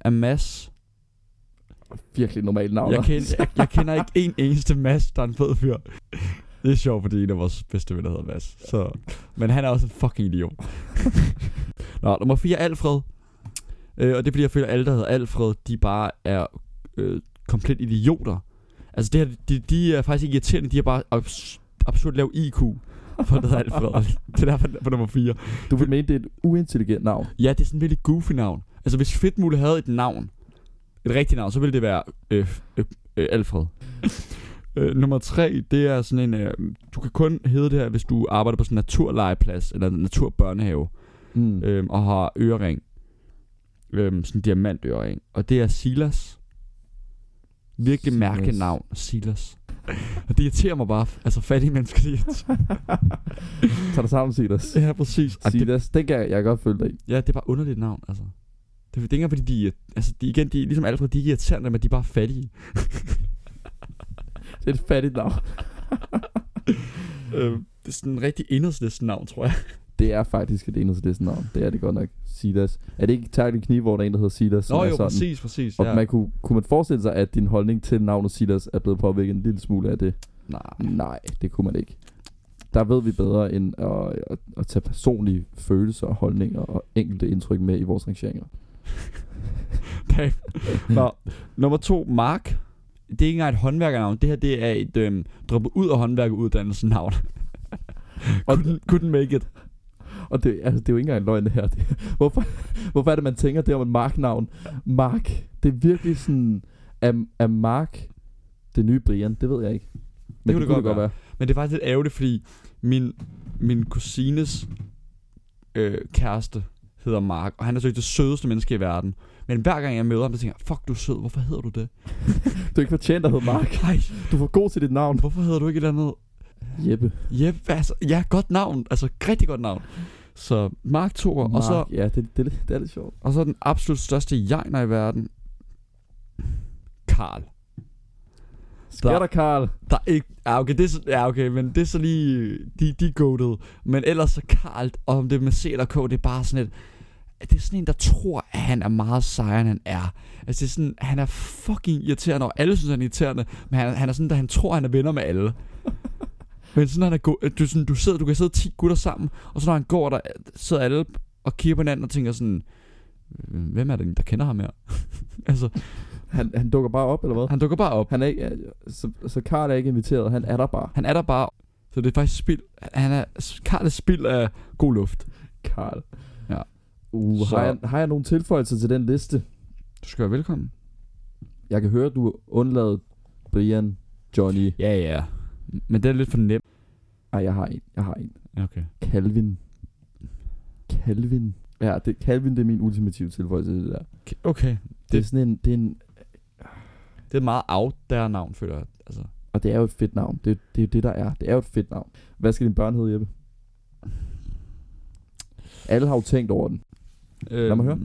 Speaker 2: er Mads,
Speaker 1: Virkelig normalt navn.
Speaker 2: Jeg kender, jeg, jeg kender ikke en eneste Mads, der er en fed fyr. Det er sjovt, fordi en af vores bedste venner hedder Mads. Så. Men han er også en fucking idiot. Nå, nummer 4 er Alfred. Øh, og det er fordi, jeg føler, at alle, der hedder Alfred, de bare er øh, komplet idioter. Altså, det her, de, de er faktisk ikke irriterende. De er bare abs- absurd lav IQ. For det hedder Alfred. det er derfor, den er på nummer 4.
Speaker 1: Du vil mene, det er et uintelligent navn.
Speaker 2: Ja, det er sådan et virkelig goofy navn. Altså, hvis Fedtmule havde et navn, et rigtigt navn, så ville det være øh, øh, øh, Alfred. øh, nummer tre, det er sådan en... Øh, du kan kun hedde det her, hvis du arbejder på sådan en naturlegeplads, eller en naturbørnehave,
Speaker 1: Mm.
Speaker 2: øh, og har ørering. Øh, sådan en diamantørering. Og det er Silas. Virkelig
Speaker 1: Silas.
Speaker 2: mærke navn, Silas. og det irriterer mig bare. Altså, fattige mennesker, de irriterer.
Speaker 1: Tag dig sammen, Silas.
Speaker 2: Ja, præcis. Ej, det-
Speaker 1: Silas, det kan jeg, jeg kan godt følge dig i.
Speaker 2: Ja, det er bare underligt navn, altså. Det er det er ikke engang, fordi de er, altså, de, igen, de, er ligesom Alfred, de er irriterende, men de er bare fattige.
Speaker 1: Det er et fattigt navn.
Speaker 2: Øh, det er sådan en rigtig enhedslisten navn, tror jeg.
Speaker 1: Det er faktisk et enhedslisten navn. Det er det godt nok. Silas. Er det ikke Tærkel Kniv, hvor der er en, der hedder Silas? som
Speaker 2: Nå
Speaker 1: er
Speaker 2: jo,
Speaker 1: sådan?
Speaker 2: præcis, præcis.
Speaker 1: Og
Speaker 2: Ja.
Speaker 1: man kunne, kunne man forestille sig, at din holdning til navnet Silas er blevet påvirket en lille smule af det?
Speaker 2: Nej.
Speaker 1: Nej, det kunne man ikke. Der ved vi bedre end at, at, at tage personlige følelser og holdninger og enkelte indtryk med i vores rangeringer.
Speaker 2: Okay. Nå, nummer to, Mark. Det er ikke engang et håndværkernavn. Det her, det er et øhm, droppe ud af håndværkeruddannelsen navn.
Speaker 1: Og-
Speaker 2: couldn't, couldn't make it.
Speaker 1: Og det, altså, det er jo ikke engang en løgn det her. Det, hvorfor, hvorfor er det, man tænker det om et Mark-navn? Mark. Det er virkelig sådan... Er, er Mark det nye Brian? Det ved jeg ikke. Men
Speaker 2: kunne det godt være. Men det er faktisk lidt ærgerligt, fordi min, min kusines øh, kæreste hedder Mark, og han er så ikke det sødeste menneske i verden. Men hver gang jeg møder ham, så tænker jeg, fuck du er sød, hvorfor hedder du det?
Speaker 1: Du er ikke fortjent at hedde Mark.
Speaker 2: Nej,
Speaker 1: Du er for god til dit navn.
Speaker 2: hvorfor hedder du ikke et eller andet?
Speaker 1: Jeppe.
Speaker 2: Jep, altså, ja, godt navn, altså rigtig godt navn. Så Mark Thor, og så,
Speaker 1: Mark, Ja, det, det, er lidt- det er lidt sjovt.
Speaker 2: og så den absolut største jegner i verden, Karl.
Speaker 1: Skal der, Karl?
Speaker 2: Der er ikke... Ja, okay, det er, så- ja, okay men det er så lige... De, de er goated. Men ellers så Karl, og om det er med C eller K, det er bare sådan et... Det er sådan en, der tror, at han er meget sejere, end han er. Altså, det er sådan, han er fucking irriterende, og alle synes, han er irriterende. Men han, han er sådan, at han tror, han er venner med alle. men sådan, han er go- du, er sådan, du, sidder, du kan sidde 10 gutter sammen, og så når han går, der sidder alle "Øh, og kigger på hinanden og tænker sådan... Hvem er det, der kender ham her? altså,
Speaker 1: Han, han dukker bare op, eller hvad?
Speaker 2: Han dukker bare op.
Speaker 1: Han er ikke, øh, så, så Karl er ikke inviteret, han er der bare.
Speaker 2: Han er der bare, så det er faktisk spild. Han er, Karl er spild af god luft.
Speaker 1: Karl.
Speaker 2: Ja.
Speaker 1: Uh,
Speaker 2: Så-
Speaker 1: har, jeg, har jeg nogle tilføjelser til den liste?
Speaker 2: Du skal være velkommen.
Speaker 1: Jeg kan høre, du undlader Brian, Johnny.
Speaker 2: Ja, ja. Men det er lidt for nemt.
Speaker 1: Ej, jeg har en. Jeg har en.
Speaker 2: Okay.
Speaker 1: Calvin. Calvin. Ja, det, Calvin det er min ultimative tilføjelse til det der. Det,
Speaker 2: Okay.
Speaker 1: det er sådan en, det er en,
Speaker 2: Det er et meget out der navn, føler jeg. Altså,
Speaker 1: og det er jo et fedt navn. Det, det er jo det, der er. Det er jo et fedt navn. Hvad skal din børn hedde, Jeppe? Alle har jo tænkt over den.
Speaker 2: øh,
Speaker 1: mig høre.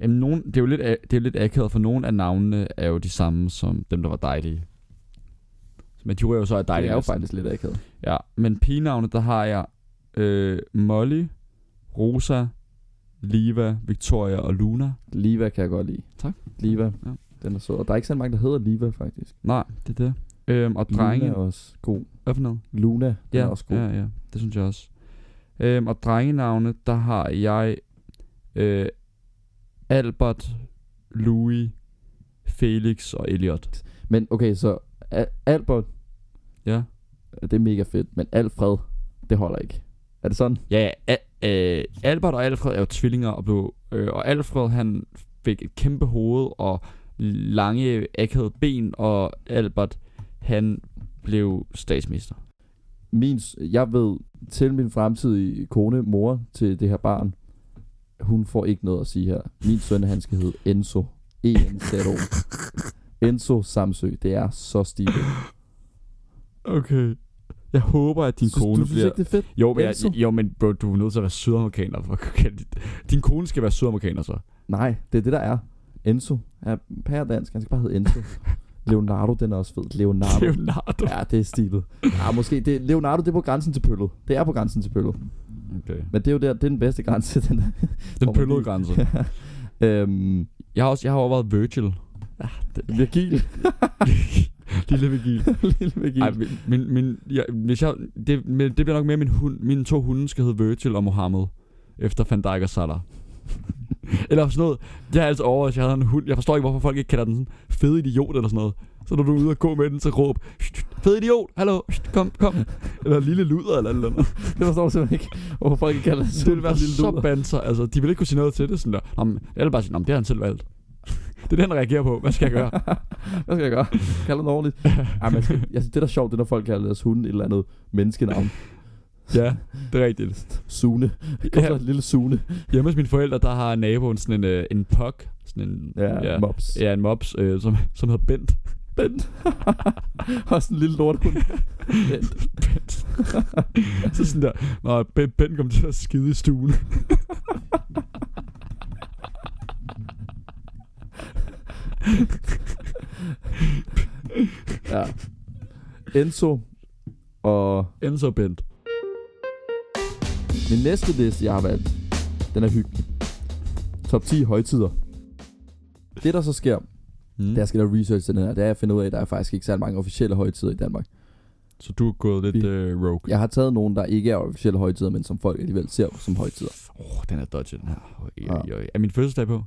Speaker 2: Jamen, nogen, det er jo lidt, a- det er jo lidt akavet, for nogle af navnene er jo de samme som dem, der var dejlige. Men de ryger jo så er
Speaker 1: Ej,
Speaker 2: dejlige.
Speaker 1: det er jo
Speaker 2: næsten.
Speaker 1: faktisk lidt akavet.
Speaker 2: Ja, men pigenavne, der har jeg øh, Molly, Rosa, Liva, Victoria og Luna.
Speaker 1: Liva kan jeg godt lide.
Speaker 2: Tak.
Speaker 1: Liva.
Speaker 2: Ja.
Speaker 1: Ja. Den er sød. Og der er ikke så mange, der hedder Liva, faktisk.
Speaker 2: Nej, det er det. Øhm, og drenge.
Speaker 1: Luna er også god.
Speaker 2: Hvad for noget?
Speaker 1: Luna, den er også god.
Speaker 2: ja, ja, det synes jeg også. Øhm, og drengenavne, der har jeg øh, Albert, Louis, Felix og Elliot.
Speaker 1: Men okay, så Al- Albert,
Speaker 2: Ja.
Speaker 1: det er mega fedt, men Alfred, det holder ikke. Er det sådan?
Speaker 2: Ja, a- øh, Albert og Alfred er jo tvillinger og blev, øh, og Alfred han fik et kæmpe hoved og lange akavede ben, og Albert han blev statsminister.
Speaker 1: Min, s- jeg ved, til min fremtidige kone, mor til det her barn, hun får ikke noget at sige her. Min søn, han skal hedde Enzo. e n z -O. Enzo Samsø, det er så stilet.
Speaker 2: Okay. Jeg håber, at din
Speaker 1: Synes-
Speaker 2: kone
Speaker 1: du synes
Speaker 2: bliver...
Speaker 1: ikke, det er fedt?
Speaker 2: Jo, men, jeg,
Speaker 1: Elso?
Speaker 2: jo, men bro, du er nødt til at være sydamerikaner for at kunne kalde dit. Din kone skal være sydamerikaner så.
Speaker 1: Nej, det er det, der er. Enzo. Ja, pærdansk, han skal bare hedde Enzo. Leonardo, den er også fed. Leonardo.
Speaker 2: Leonardo.
Speaker 1: Ja, det er stilet. Ja, måske. Det, Leonardo, det er på grænsen til pøllet. Det er på grænsen til pøllet.
Speaker 2: Mm. Okay.
Speaker 1: Men det er jo der, det er den bedste grænse. Den der.
Speaker 2: Den
Speaker 1: Hvor man
Speaker 2: pøllede
Speaker 1: lige-
Speaker 2: grænse.
Speaker 1: øhm,
Speaker 2: Jeg har også jeg har overvejet Virgil.
Speaker 1: Virgil.
Speaker 2: Lille Vigil.
Speaker 1: Lille Virgil.
Speaker 2: Ej, men, men, men, jeg, hvis jeg, det, men det bliver nok mere min hund. Mine to hunde skal hedde Virgil og Mohammed. Efter Van Dijk og Salah. eller sådan noget. Jeg er altså over, at jeg havde en hund. Jeg forstår ikke, hvorfor folk ikke kalder den sådan fed idiot eller sådan noget. Så når du er ude og gå med den, så råb, "Sht, fed idiot, hallo, sht, kom, kom. Eller lille luder eller noget.
Speaker 1: det forstår jeg simpelthen ikke, hvorfor folk ikke kalder
Speaker 2: Det ville være så banser. Altså, de ville ikke kunne sige noget til det. Sådan der. Nå, men, eller bare sige, "Nå, men det har han selv valgt. det er det, han reagerer på. Hvad skal jeg gøre?
Speaker 1: Hvad skal jeg gøre? Kalder den ordentligt. Ej, man skal, jeg synes, det der er sjovt, det er, når folk kalder deres hunde et eller andet menneskenavn.
Speaker 2: ja, det er rigtigt.
Speaker 1: Sune. Kom så, lille Sune.
Speaker 2: Hjemme hos mine forældre, der har naboen sådan en, øh, en pok. Sådan en,
Speaker 1: Ja, ja. mops.
Speaker 2: ja, en mops, øh, som, som hedder Bent.
Speaker 1: Bent. og sådan en lille lortehund.
Speaker 2: Så sådan der, Nå, Bent, Bent kom til at skide i stuen.
Speaker 1: Ja. Enzo og
Speaker 2: Enzo Bent.
Speaker 1: min næste liste, jeg har valgt, den er hyggelig. Top 10 højtider. Det, der så sker,
Speaker 2: Mm.
Speaker 1: da jeg skal lave research til den her, det er, at jeg finder ud af, at der er faktisk ikke særlig mange officielle højtider i Danmark.
Speaker 2: Så du er gået lidt
Speaker 1: Vi-
Speaker 2: øh, rogue.
Speaker 1: Jeg har taget nogle, der ikke er officielle højtider, men som folk alligevel ser som højtider.
Speaker 2: Åh, oh, den er dodgy, den her. Oj,
Speaker 1: Ja.
Speaker 2: oj, oj. Er min fødselsdag på?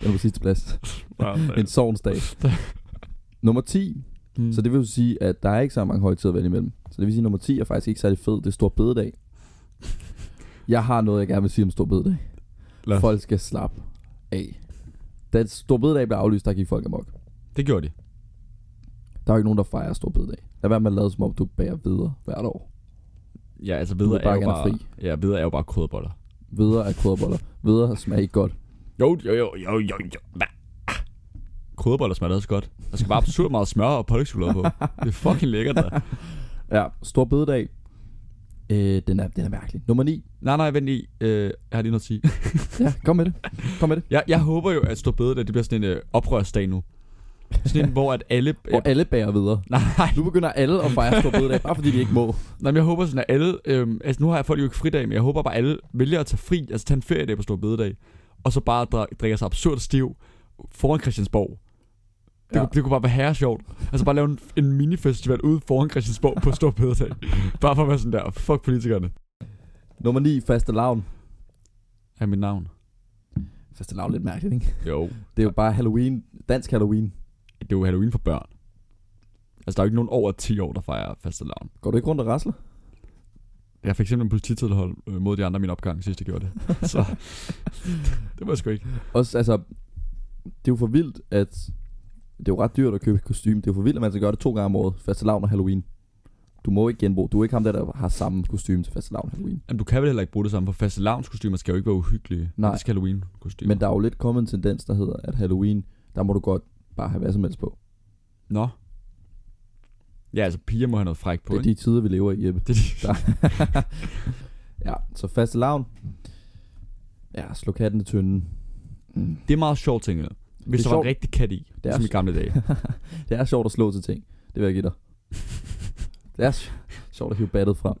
Speaker 1: Den er på sidste plads.
Speaker 2: Ja,
Speaker 1: en sovnsdag. Nummer 10,
Speaker 2: mm.
Speaker 1: så det vil jo sige, at der er ikke så mange højtider at vælge imellem. Så det vil sige, at nummer 10 er faktisk ikke særlig fed. Det er stor bededag. Jeg har noget, jeg gerne vil sige om stor bededag.
Speaker 2: Lad os-
Speaker 1: Folk skal slappe af. Da stor bededag blev aflyst, der gik folk amok.
Speaker 2: det gjorde de.
Speaker 1: Der er jo ikke nogen, der fejrer stor bededag. Lad være med at lade som om, du bærer videre hvert år.
Speaker 2: Ja, altså
Speaker 1: Du
Speaker 2: videre
Speaker 1: vil bare
Speaker 2: er jo
Speaker 1: gerne
Speaker 2: bare, ja, videre er jo bare krydderboller.
Speaker 1: Videre er krydderboller. Videre smager ikke godt.
Speaker 2: Jo, jo, jo, jo, jo, jo. Hva? Ah. Krydderboller smager da også godt. Der skal bare absurd meget smør og pålægschokolade på. Det er fucking lækkert, der.
Speaker 1: Ja, stor bededag. Øh, den, er, den er mærkelig. Nummer 9.
Speaker 2: Nej, nej, vent lige. Øh, jeg har lige noget at sige.
Speaker 1: Ja, kom med det. Kom med det.
Speaker 2: Jeg, jeg håber jo, at Stor Bededag, det bliver sådan en øh, oprørsdag nu. Sådan en, hvor at alle... Øh,
Speaker 1: Og alle bærer videre.
Speaker 2: nej,
Speaker 1: Nu begynder alle at fejre stor bededag, bare fordi de ikke må.
Speaker 2: nej, men jeg håber sådan, at alle... Øh, altså, nu har jeg folk jo ikke fridag, men jeg håber bare, at alle vælger at tage fri, altså tage en feriedag på Stor Bededag, og så bare dra- drikker sig absurd stiv foran Christiansborg. Det,
Speaker 1: Ja.
Speaker 2: ja. kunne, det kunne bare være herre sjovt. Altså bare lave en, en minifestival ude foran Christiansborg på Stor Bededag. bare for at være sådan der, fuck politikerne.
Speaker 1: Nummer 9, faste lavn.
Speaker 2: Er mit navn.
Speaker 1: Første lav lidt mærkeligt, ikke?
Speaker 2: Jo.
Speaker 1: Det er jo bare Halloween, dansk Halloween.
Speaker 2: Det er jo Halloween for børn. Altså, der er jo ikke nogen over 10 år, der fejrer fastelavn.
Speaker 1: Går du ikke rundt og rasler?
Speaker 2: Jeg fik simpelthen polititilhold øh, mod de andre i min opgang, sidst jeg gjorde det. Så det var jeg sgu ikke.
Speaker 1: Også, altså, det er jo for vildt, at... Det er jo ret dyrt at købe et kostume. Det er jo for vildt, at man skal gøre det to gange om året. Faste og Halloween. Du må ikke genbruge. Du er ikke ham der, der har samme kostume til faste og Halloween.
Speaker 2: Jamen, du kan vel heller ikke bruge det samme, for fastelavnskostymer skal jo ikke være uhyggelige.
Speaker 1: Nej.
Speaker 2: Det skal Halloween-kostymer.
Speaker 1: Men der er jo lidt kommet en tendens, der hedder, at Halloween, der må du godt bare have hvad som helst på.
Speaker 2: Nå. Ja, altså piger må have noget fræk på,
Speaker 1: det er
Speaker 2: ikke?
Speaker 1: de tider, vi lever i, Jeppe.
Speaker 2: Det er de.
Speaker 1: Ja, så faste lavn. Ja, slå katten i tynden. Mm.
Speaker 2: Det er meget sjovt, tænker jeg. Hvis
Speaker 1: Det er
Speaker 2: der var
Speaker 1: sjovt.
Speaker 2: en rigtig kat i,
Speaker 1: er
Speaker 2: det som i
Speaker 1: sjovt.
Speaker 2: gamle dage.
Speaker 1: Det er sjovt at slå til ting. Det vil jeg give dig. Det er sj- sjovt at hive battet frem.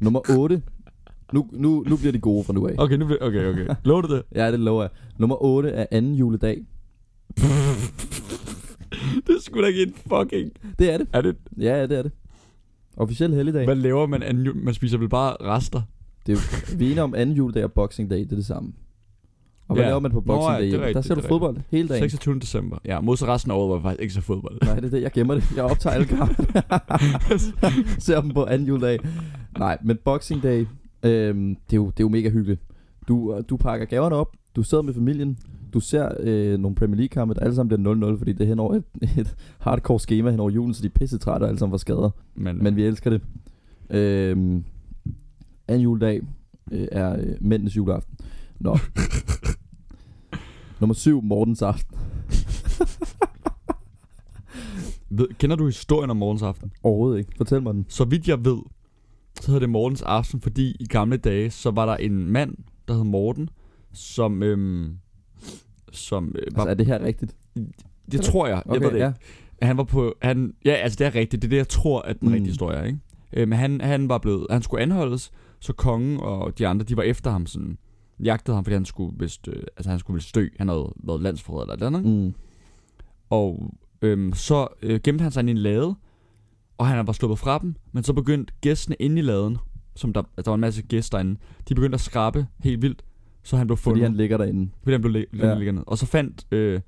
Speaker 1: Nummer 8. Nu, nu, nu bliver de gode fra nu af.
Speaker 2: Okay, nu bliver, okay, okay. Lover du det?
Speaker 1: Ja, det lover jeg. Nummer 8 er anden juledag.
Speaker 2: Det er sgu da ikke en fucking...
Speaker 1: Det er det.
Speaker 2: Er det,
Speaker 1: Ja, ja, det er det. Officiel helligdag.
Speaker 2: hvad laver man anden jul? Man spiser vel bare rester?
Speaker 1: Det er, vi er enige om anden juledag og boxing day, det er det samme. Og hvad
Speaker 2: Ja.
Speaker 1: laver man på
Speaker 2: Nå, ja,
Speaker 1: boxing
Speaker 2: det
Speaker 1: day?
Speaker 2: er
Speaker 1: Jeppe? Der
Speaker 2: rigtigt,
Speaker 1: ser du
Speaker 2: det er
Speaker 1: fodbold hele dagen.
Speaker 2: 26. december. Ja, mod så resten af året var jeg faktisk ikke så fodbold.
Speaker 1: Nej, det er det. Jeg gemmer det. Jeg optager alle kampene. Ser dem på anden juledag. Nej, men Boxing Day, øhm, det, er jo, det er jo mega hyggeligt. Du, øh, du pakker gaverne op, du sidder med familien, du ser øh, nogle Premier League-kampe, der alle sammen bliver 0-0, fordi det er hen over et, et hardcore schema hen over julen, så de er pisse trætte og alle sammen var skader.
Speaker 2: Men,
Speaker 1: Men vi elsker det. Øhm, anden juledag øh, er øh, mændenes juleaften. Nå. Nummer 7, Mortens aften.
Speaker 2: ved, kender du historien om morgens aften?
Speaker 1: Overhovedet ikke. Fortæl mig den.
Speaker 2: Så vidt jeg ved, så hedder det morgens aften, fordi i gamle dage, så var der en mand, der hed Morten, som... Øhm, som øh, var,
Speaker 1: Altså, er det her rigtigt?
Speaker 2: det tror jeg, jeg ved det ikke.
Speaker 1: ja.
Speaker 2: Han var på... Han, ja, altså det er rigtigt. Det er det, jeg tror, at den
Speaker 1: Mm.
Speaker 2: mm. rigtige historie er, ikke? Øh, men han, han var blevet... Han skulle anholdes, så kongen og de andre, de var efter ham sådan... Jagtede ham, fordi han skulle vist, øh, altså han skulle vist stø. Han havde været landsforræder eller et eller andet, ikke?
Speaker 1: Mm.
Speaker 2: Og øhm, så øh, gemte han sig inde i en lade, og han var sluppet fra dem, men så begyndte gæstene inde i laden, som der, altså, der var en masse gæster derinde, de begyndte at skrabe helt vildt, så han blev fundet,
Speaker 1: Fordi han ligger derinde.
Speaker 2: fordi han blev lig-
Speaker 1: Ja.
Speaker 2: ja. liggende. Og så fandt øh,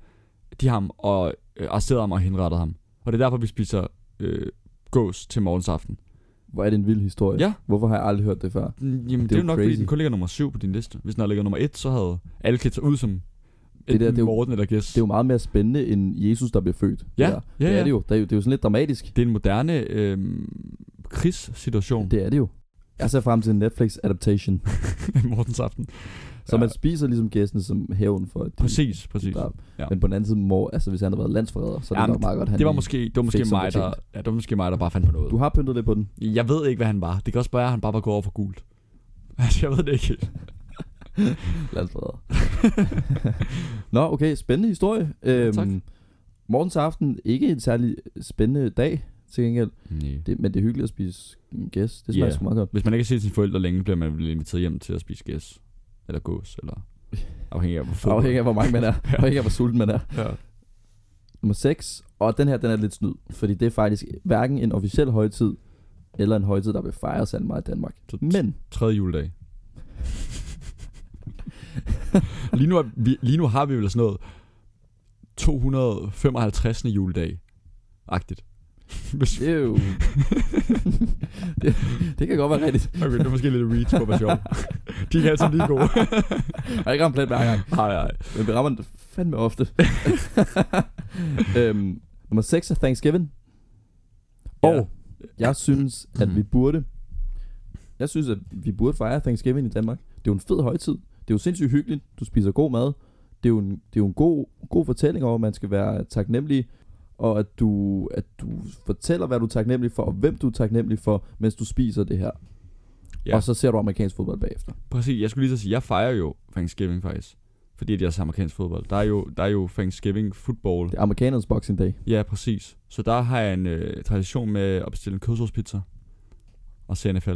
Speaker 2: de ham og øh, arresterede ham og henrettede ham. Og det er derfor, vi spiser øh, gås til morgensaften.
Speaker 1: Hvor er det en vild historie.
Speaker 2: Ja.
Speaker 1: Hvorfor har jeg aldrig hørt det før?
Speaker 2: Jamen, det, det er jo nok, crazy. fordi
Speaker 1: crazy.
Speaker 2: den kun ligger nummer 7 på din liste. Hvis den havde ligger nummer 1, så havde alle klædt sig ud som
Speaker 1: der,
Speaker 2: det der,
Speaker 1: det er jo-
Speaker 2: Morten eller gæst.
Speaker 1: Det er jo meget mere spændende end Jesus, der blev født.
Speaker 2: Ja,
Speaker 1: Eller-
Speaker 2: ja,
Speaker 1: det er
Speaker 2: ja.
Speaker 1: det jo. Det er jo, det er jo sådan lidt dramatisk.
Speaker 2: det er en moderne øh, krigssituation.
Speaker 1: Det er det jo. Jeg ser frem til en Netflix-adaptation.
Speaker 2: Mortensaften.
Speaker 1: Så man spiser ligesom gæsten som hævn for, at de
Speaker 2: Præcis, præcis.
Speaker 1: drab.
Speaker 2: Ja.
Speaker 1: Men på den anden side, må, altså hvis han havde været landsforræder, så er det
Speaker 2: Jamen,
Speaker 1: nok meget godt, han
Speaker 2: Det var
Speaker 1: lige-
Speaker 2: måske, det var måske
Speaker 1: fik som
Speaker 2: mig, der,
Speaker 1: fortjent.
Speaker 2: ja, det var måske mig, der bare fandt på noget.
Speaker 1: Du har pyntet lidt på den.
Speaker 2: Jeg ved ikke, hvad han var. Det kan også bare være, at han bare var gået over for gult. Altså, jeg ved det ikke.
Speaker 1: Landsforræder. Nå, okay. Spændende historie. Øhm,
Speaker 2: tak.
Speaker 1: Morgens aften, ikke en særlig spændende dag til gengæld.
Speaker 2: Nej.
Speaker 1: Det, men det er hyggeligt at spise gæst. Det smager
Speaker 2: Ja.
Speaker 1: sgu meget godt.
Speaker 2: Hvis man ikke har set sine forældre længe, bliver man vel inviteret hjem til at spise gæs. Eller gås, eller afhængig af, hvor fod.
Speaker 1: Afhængig af, hvor mange man er.
Speaker 2: Ja.
Speaker 1: Afhængig af, hvor sulten man er.
Speaker 2: Ja.
Speaker 1: Nummer 6. Og den her, den er lidt snyd. Fordi det er faktisk hverken en officiel højtid, eller en højtid, der vil fejres særlig meget i Danmark.
Speaker 2: Så-
Speaker 1: Men,
Speaker 2: Tredje juledag. lige, nu er, vi, lige nu har vi vel sådan noget 255. juledag. Agtigt. Hvis,
Speaker 1: det er jo... det, det, kan godt være rigtigt.
Speaker 2: okay, det er måske lidt reach på, hvor sjovt. De er altid lige gode.
Speaker 1: Jeg har ikke ramt plet hver gang.
Speaker 2: Nej, nej.
Speaker 1: Men vi rammer den fandme ofte. øhm, nummer 6 er Thanksgiving.
Speaker 2: Ja.
Speaker 1: Og jeg synes, at vi
Speaker 2: Mm.
Speaker 1: burde... Jeg synes, at vi burde fejre Thanksgiving i Danmark. Det er jo en fed højtid. Det er jo sindssygt hyggeligt. Du spiser god mad. Det er jo en, det er jo en god, god fortælling over, at man skal være taknemmelig. Og at du, at du fortæller, hvad du er taknemmelig for, og hvem du er taknemmelig for, mens du spiser det her. Ja.
Speaker 2: Ja.
Speaker 1: Og så ser du amerikansk fodbold bagefter.
Speaker 2: Præcis, jeg skulle lige så sige, jeg fejrer jo Thanksgiving faktisk. Fordi at jeg ser amerikansk fodbold. Der er jo, der er jo Thanksgiving football.
Speaker 1: Det er amerikanernes Boxing Day.
Speaker 2: Ja, præcis. Så der har jeg en øh, tradition med at bestille en kødsovspizza. Og se NFL.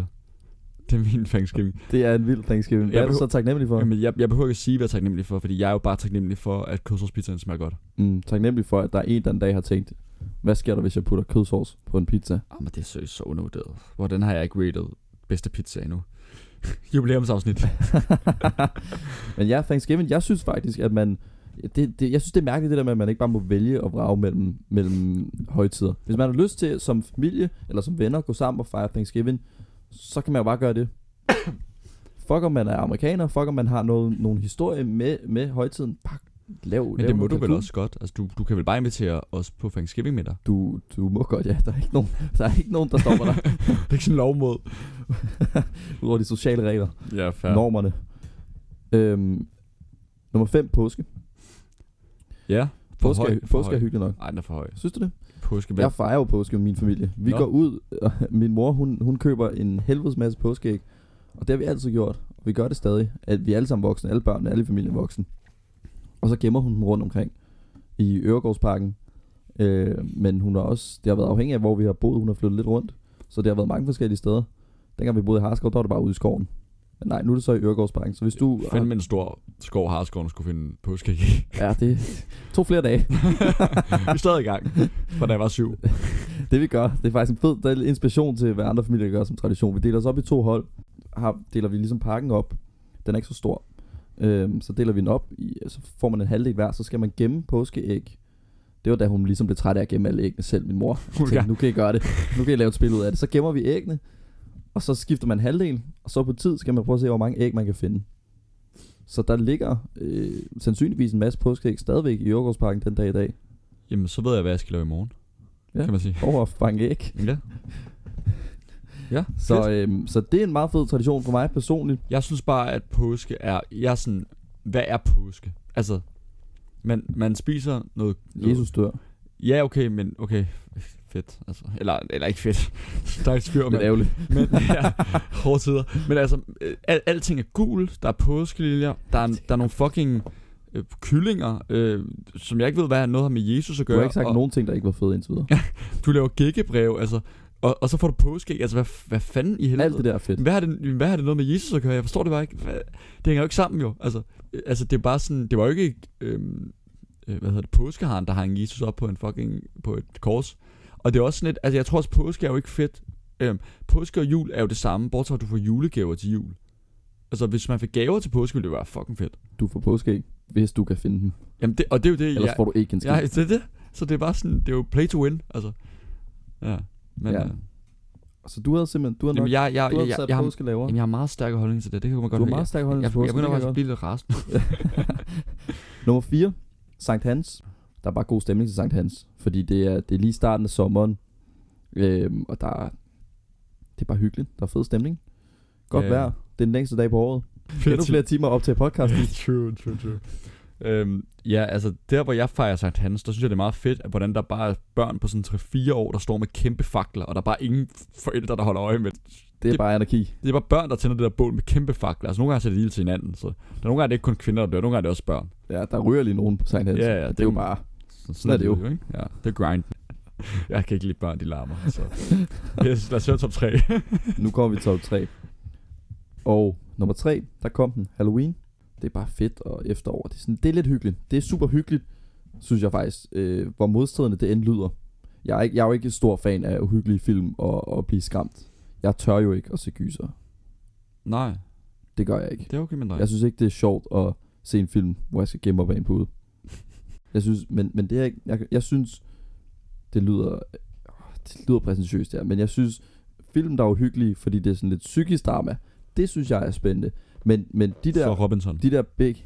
Speaker 2: Det er min Thanksgiving.
Speaker 1: Det er en vild Thanksgiving. Hvad
Speaker 2: Jeg
Speaker 1: er du så taknemmelig for?
Speaker 2: Men jeg, jeg behøver ikke at sige, hvad jeg er taknemmelig for, fordi jeg er jo bare taknemmelig for, at kødsovspizzaen smager godt.
Speaker 1: Mm, taknemmelig for, at der er en, der en dag har tænkt, hvad sker der, hvis jeg putter kødsovs på en pizza?
Speaker 2: Ah, men det er seriøst så undervurderet. Hvordan har jeg ikke rated bedste pizza endnu? Jubilæumsafsnit.
Speaker 1: Men ja, Thanksgiving, jeg synes faktisk, at man... Det, det, jeg synes, det er mærkeligt det der med, at man ikke bare må vælge at vrage mellem, mellem højtider. Hvis man har lyst til som familie eller som venner at gå sammen og fejre Thanksgiving, så kan man jo bare gøre det. fuck om man er amerikaner, fuck om man har noget, nogle historie med, med højtiden. Bare lav,
Speaker 2: Men
Speaker 1: lav
Speaker 2: det må
Speaker 1: noget
Speaker 2: du vel
Speaker 1: kalkun.
Speaker 2: også godt. Altså, du, du kan vel bare invitere os på Thanksgiving middag.
Speaker 1: Du, du må godt, ja. Der er ikke nogen, der, er ikke nogen, der stopper dig.
Speaker 2: Det er ikke sådan en lovmod.
Speaker 1: Udover de sociale regler.
Speaker 2: Ja, fair.
Speaker 1: Ja. Normerne. Øhm, nummer 5, påske.
Speaker 2: Ja.
Speaker 1: Påske,
Speaker 2: høj,
Speaker 1: høj,
Speaker 2: for
Speaker 1: påske
Speaker 2: høj.
Speaker 1: er hyggeligt nok.
Speaker 2: Ej, den er for høj.
Speaker 1: Synes du det?
Speaker 2: Påske,
Speaker 1: Jeg fejrer jo påske med min familie. Vi
Speaker 2: Nå.
Speaker 1: Nå. går ud, og min mor, hun, hun køber en helvedes masse påskeæg. Og det har vi altid gjort. Og vi gør det stadig. At vi er alle sammen voksne, alle børnene, alle i familien er voksne. Og så gemmer hun dem rundt omkring i Øregårdsparken. Øh, men hun har også, det har været afhængig af, hvor vi har boet. Hun har flyttet lidt rundt. Så det har været mange forskellige steder. Dengang vi boede i Harskov, der var det bare ude i skoven. Men nej, nu er det så i Øregårdsparken. Så hvis du...
Speaker 2: Find med en stor skov Harskoven skulle finde påske i.
Speaker 1: Ja, det tog flere dage.
Speaker 2: Vi er stadig i gang, fra da jeg var syv.
Speaker 1: Det vi gør, det er faktisk en fed der er lidt inspiration til, hvad andre familier gør som tradition. Vi deler os op i to hold. Har, deler vi ligesom pakken op. Den er ikke så stor. Øhm, så deler vi den op, i, så får man en halvdel hver, så skal man gemme påskeæg. Det var da hun ligesom blev træt af at gemme alle æggene selv, min mor.
Speaker 2: Hun
Speaker 1: Hun tænkte,
Speaker 2: kan-
Speaker 1: nu kan I gøre det. Nu kan I lave et spil ud af det. Så gemmer vi æggene, og så skifter man halvdelen, og så på tid skal man prøve at se, hvor mange æg man kan finde. Så der ligger øh, sandsynligvis en masse påskeæg stadigvæk i Jørgårdsparken den dag i dag.
Speaker 2: Jamen, så ved jeg, hvad jeg skal lave i morgen.
Speaker 1: Ja.
Speaker 2: Kan man sige.
Speaker 1: Over at fange æg.
Speaker 2: Ja. Ja, fedt.
Speaker 1: Så, øhm, så det er en meget fed tradition for mig personligt.
Speaker 2: Jeg synes bare, at påske er... Jeg er sådan... Hvad er påske? Altså, man, man spiser noget... noget-
Speaker 1: Jesus dør.
Speaker 2: Ja, okay, men okay. Fedt, altså. Eller, eller ikke fedt. Stakkels fyr, men...
Speaker 1: ærgerligt.
Speaker 2: men ja, hårde tider. Men altså, øh, al, alting er gul. Der er påskeliljer. Der er, der er nogle fucking øh, kyllinger, øh, som jeg ikke ved, hvad noget har med Jesus at
Speaker 1: Du
Speaker 2: gøre.
Speaker 1: har ikke sagt
Speaker 2: og,
Speaker 1: nogen ting, der ikke var fede indtil videre.
Speaker 2: Du laver gækkebrev, altså. Og, og så får du påske. Altså, hvad, hvad fanden i helvede?
Speaker 1: Alt det der er fedt.
Speaker 2: Hvad har, det, hvad har det noget med Jesus at gøre? Jeg forstår det bare ikke. Hvad, det hænger jo ikke sammen jo. Altså, øh, altså det er bare sådan, det var jo ikke, øhm, øh, hvad hedder det, påskeharen, der hang Jesus op på en fucking, på et kors. Og det er også sådan lidt, altså jeg tror også, påske er jo ikke fedt. Øhm, påske og jul er jo det samme, bortset fra, at du får julegaver til jul. Altså hvis man fik gaver til påske, ville det være fucking fedt.
Speaker 1: Du får påske, hvis du kan finde dem.
Speaker 2: Jamen det, og det er jo det,
Speaker 1: Ellers
Speaker 2: jeg,
Speaker 1: får du ikke en skid.
Speaker 2: jeg, det er det. Så det er bare sådan, det er jo play to win, altså. Ja, men,
Speaker 1: Ja.
Speaker 2: ja. Øh,
Speaker 1: Så du havde simpelthen, du har nok,
Speaker 2: jamen, jeg, jeg,
Speaker 1: du
Speaker 2: jeg,
Speaker 1: har
Speaker 2: jeg,
Speaker 1: sat
Speaker 2: jeg, har,
Speaker 1: påske lavere.
Speaker 2: jamen, jeg har meget stærke holdninger til det, det kan man godt
Speaker 1: Du har
Speaker 2: høre.
Speaker 1: meget stærk
Speaker 2: Jeg,
Speaker 1: holdning
Speaker 2: jeg
Speaker 1: til påske. det
Speaker 2: begynder
Speaker 1: kan jeg
Speaker 2: faktisk at
Speaker 1: godt.
Speaker 2: blive lidt rasende.
Speaker 1: Nummer 4. Sankt Hans. Der er bare god stemning til Sankt Hans. Fordi det er, det er lige starten af sommeren. Øhm, og der er, det er bare hyggeligt. Der er fed stemning. Godt
Speaker 2: Ja.
Speaker 1: vejr. Det er den længste dag på året. Endnu flere timer op til podcast.
Speaker 2: true, true, true. Øhm, ja, altså der hvor jeg fejrer Sankt Hans, der synes jeg det er meget fedt, at hvordan der bare er børn på sådan 3-4 år, der står med kæmpe fakler, og der er bare ingen forældre, der holder øje med det.
Speaker 1: Det er bare anarki.
Speaker 2: Det er bare børn, der tænder det der bål med kæmpe fakler. Altså nogle gange sætter de ild til hinanden, så der er nogle gange er det ikke kun kvinder, der dør, nogle gange er det også børn.
Speaker 1: Ja, der ryger lige nogen på Sankt Hans.
Speaker 2: Ja, ja,
Speaker 1: det,
Speaker 2: det
Speaker 1: det er jo
Speaker 2: må-
Speaker 1: bare...
Speaker 2: Så,
Speaker 1: Sådan er det jo.
Speaker 2: ikke? Ja, det er grind. Jeg kan ikke lide børn, de larmer. Så. Yes, lad os høre top 3.
Speaker 1: Nu kommer vi til top 3. Og nummer 3, der kom den, Halloween. Det er bare fedt og efterår. Det er, sådan, det er lidt hyggeligt. Det er super hyggeligt, synes jeg faktisk, øh, hvor modstridende det end lyder. Jeg er, ikke, jeg er jo ikke stor fan af uhyggelige film og, og blive skræmt. Jeg tør jo ikke at se gyser.
Speaker 2: Nej,
Speaker 1: Det gør jeg ikke.
Speaker 2: det er okay, men nej.
Speaker 1: Jeg synes ikke, det er sjovt at se en film, hvor jeg skal gemme mig bag en pude. Jeg synes, men, men det er ikke, jeg, jeg synes, det lyder, åh, det lyder præsentøst der, men jeg synes, film, der er uhyggelige, fordi det er sådan lidt psykisk drama, det synes jeg er spændende. Men, men de der,
Speaker 2: Så Robinson.
Speaker 1: de der big,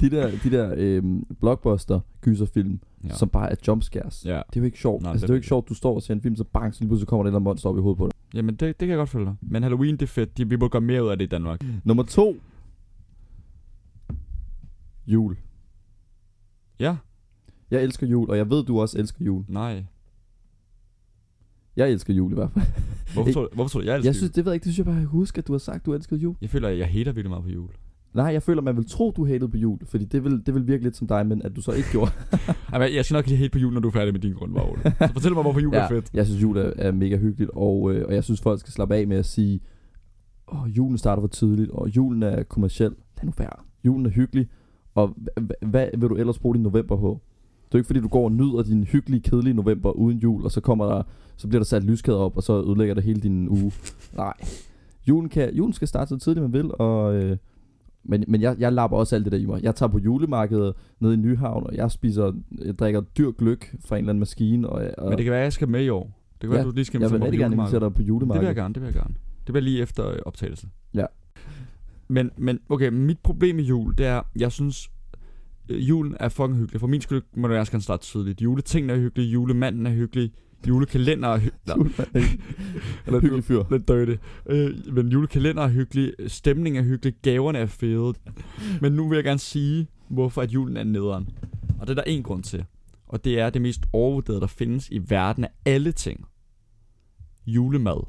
Speaker 1: de der, de der øhm, blockbuster gyserfilm, ja.
Speaker 2: Ja.
Speaker 1: som bare er jumpscares, ja.
Speaker 2: ja.
Speaker 1: det er jo ikke sjovt.
Speaker 2: Nej,
Speaker 1: Nej, altså,
Speaker 2: det
Speaker 1: det er
Speaker 2: er
Speaker 1: jo ikke sjovt, du står og ser en film, så bang, så lige pludselig kommer der et eller andet monster op i hovedet på dig.
Speaker 2: Jamen, det, det kan jeg godt følge dig. Men Halloween, det er fedt. De, vi burde gøre mere ud af det i Danmark.
Speaker 1: Nummer to. Jul.
Speaker 2: Ja,
Speaker 1: Jeg elsker jul, og jeg ved, du også elsker jul.
Speaker 2: nej.
Speaker 1: Jeg elsker jul i hvert fald.
Speaker 2: Hvorfor, tror, du, hvorfor tror du, jeg elsker
Speaker 1: Jeg synes, det ved jeg ikke, det synes jeg bare, jeg husker, at du har sagt, du elskede jul.
Speaker 2: jul? Jeg føler, at jeg hater virkelig meget på jul.
Speaker 1: Nej, jeg føler, man vil tro, du hatede på jul, fordi det vil, det vil virke lidt som dig, men at du så ikke gjorde.
Speaker 2: Ej, men jeg skal nok lige hate på jul, når du er færdig med din grund, Ole. Så fortæl mig, hvorfor jul er fedt.
Speaker 1: Jeg synes, jul er, er mega hyggeligt, og, øh, og jeg synes, folk skal slappe af med at sige, åh, julen starter for tidligt, og julen er kommersiel. Lad nu være. Julen er hyggelig, og hva- hva- hvad vil du ellers bruge din november på? Det er jo ikke, fordi du går og nyder din hyggelige, kedelige november uden jul, og så kommer der, så bliver der sat lyskæder op, og så ødelægger det hele din uge. Nej. Julen, kan, julen skal starte så tidligt man vil, og, øh, men, men jeg, jeg lapper også alt det der i mig. Jeg tager på julemarkedet nede i Nyhavn, og jeg spiser, jeg drikker dyr gløk fra en eller anden maskine. Og, og
Speaker 2: Men det kan være, at jeg skal med i år. Det kan ja, være,
Speaker 1: Ja,
Speaker 2: du lige skal
Speaker 1: jeg
Speaker 2: med
Speaker 1: vil
Speaker 2: på
Speaker 1: rigtig gerne
Speaker 2: julemarkedet.
Speaker 1: invitere dig på
Speaker 2: Det vil jeg
Speaker 1: julemarkedet.
Speaker 2: gerne, det vil jeg gerne. Det bliver lige efter øh, optagelse.
Speaker 1: Ja.
Speaker 2: Men, men okay, mit problem med jul, det er, jeg synes, øh, julen er fucking hyggelig. For min skyld må du også gerne starte tidligt. Juletingene er hyggelige, julemanden er hyggelig, julekalender er hyggelig.
Speaker 1: Eller en hyggelig fyr.
Speaker 2: Lidt dirty. Øh, men julekalender er hyggelig, stemningen er hyggelig, gaverne er fede. Men nu vil jeg gerne sige, hvorfor at julen er nederen. Og det er der en grund til. Og det er det mest overvurderede, der findes i verden af alle ting. Julemad.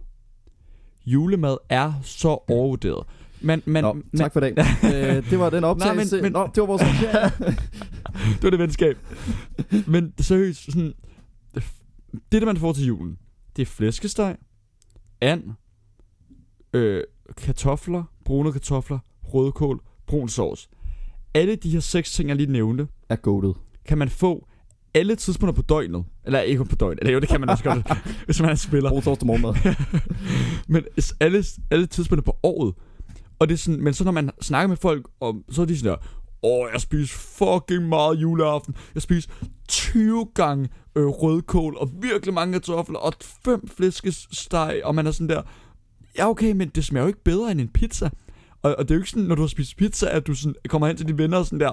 Speaker 2: Julemad er så overvurderet. Men, men,
Speaker 1: Nå,
Speaker 2: men
Speaker 1: tak for i dag. øh, det var den optagelse.
Speaker 2: men-
Speaker 1: Nå, det var vores optagelse.
Speaker 2: det var det venskab. Men seriøst, sådan, det, det man får til julen, det er flæskesteg, and, øh, kartofler, brune kartofler, rødkål, brun sovs. Alle de her seks ting, jeg lige nævnte,
Speaker 1: er goated.
Speaker 2: kan man få alle tidspunkter på døgnet. Eller ikke kun på døgnet, eller jo, det kan man også godt, hvis man er spiller.
Speaker 1: Brug torsdag morgenmad.
Speaker 2: Men s- alle, alle tidspunkter på året. Og det er sådan, men så når man snakker med folk om, så er de sådan der, åh, jeg spiser fucking meget juleaften. Jeg spiser 20 gange øh, rødkål og virkelig mange kartofler og fem flæskesteg, og man er sådan der, ja okay, men det smager jo ikke bedre end en pizza. Og, og det er jo ikke sådan, når du har spist pizza, at du sådan kommer hen til dine venner og sådan der,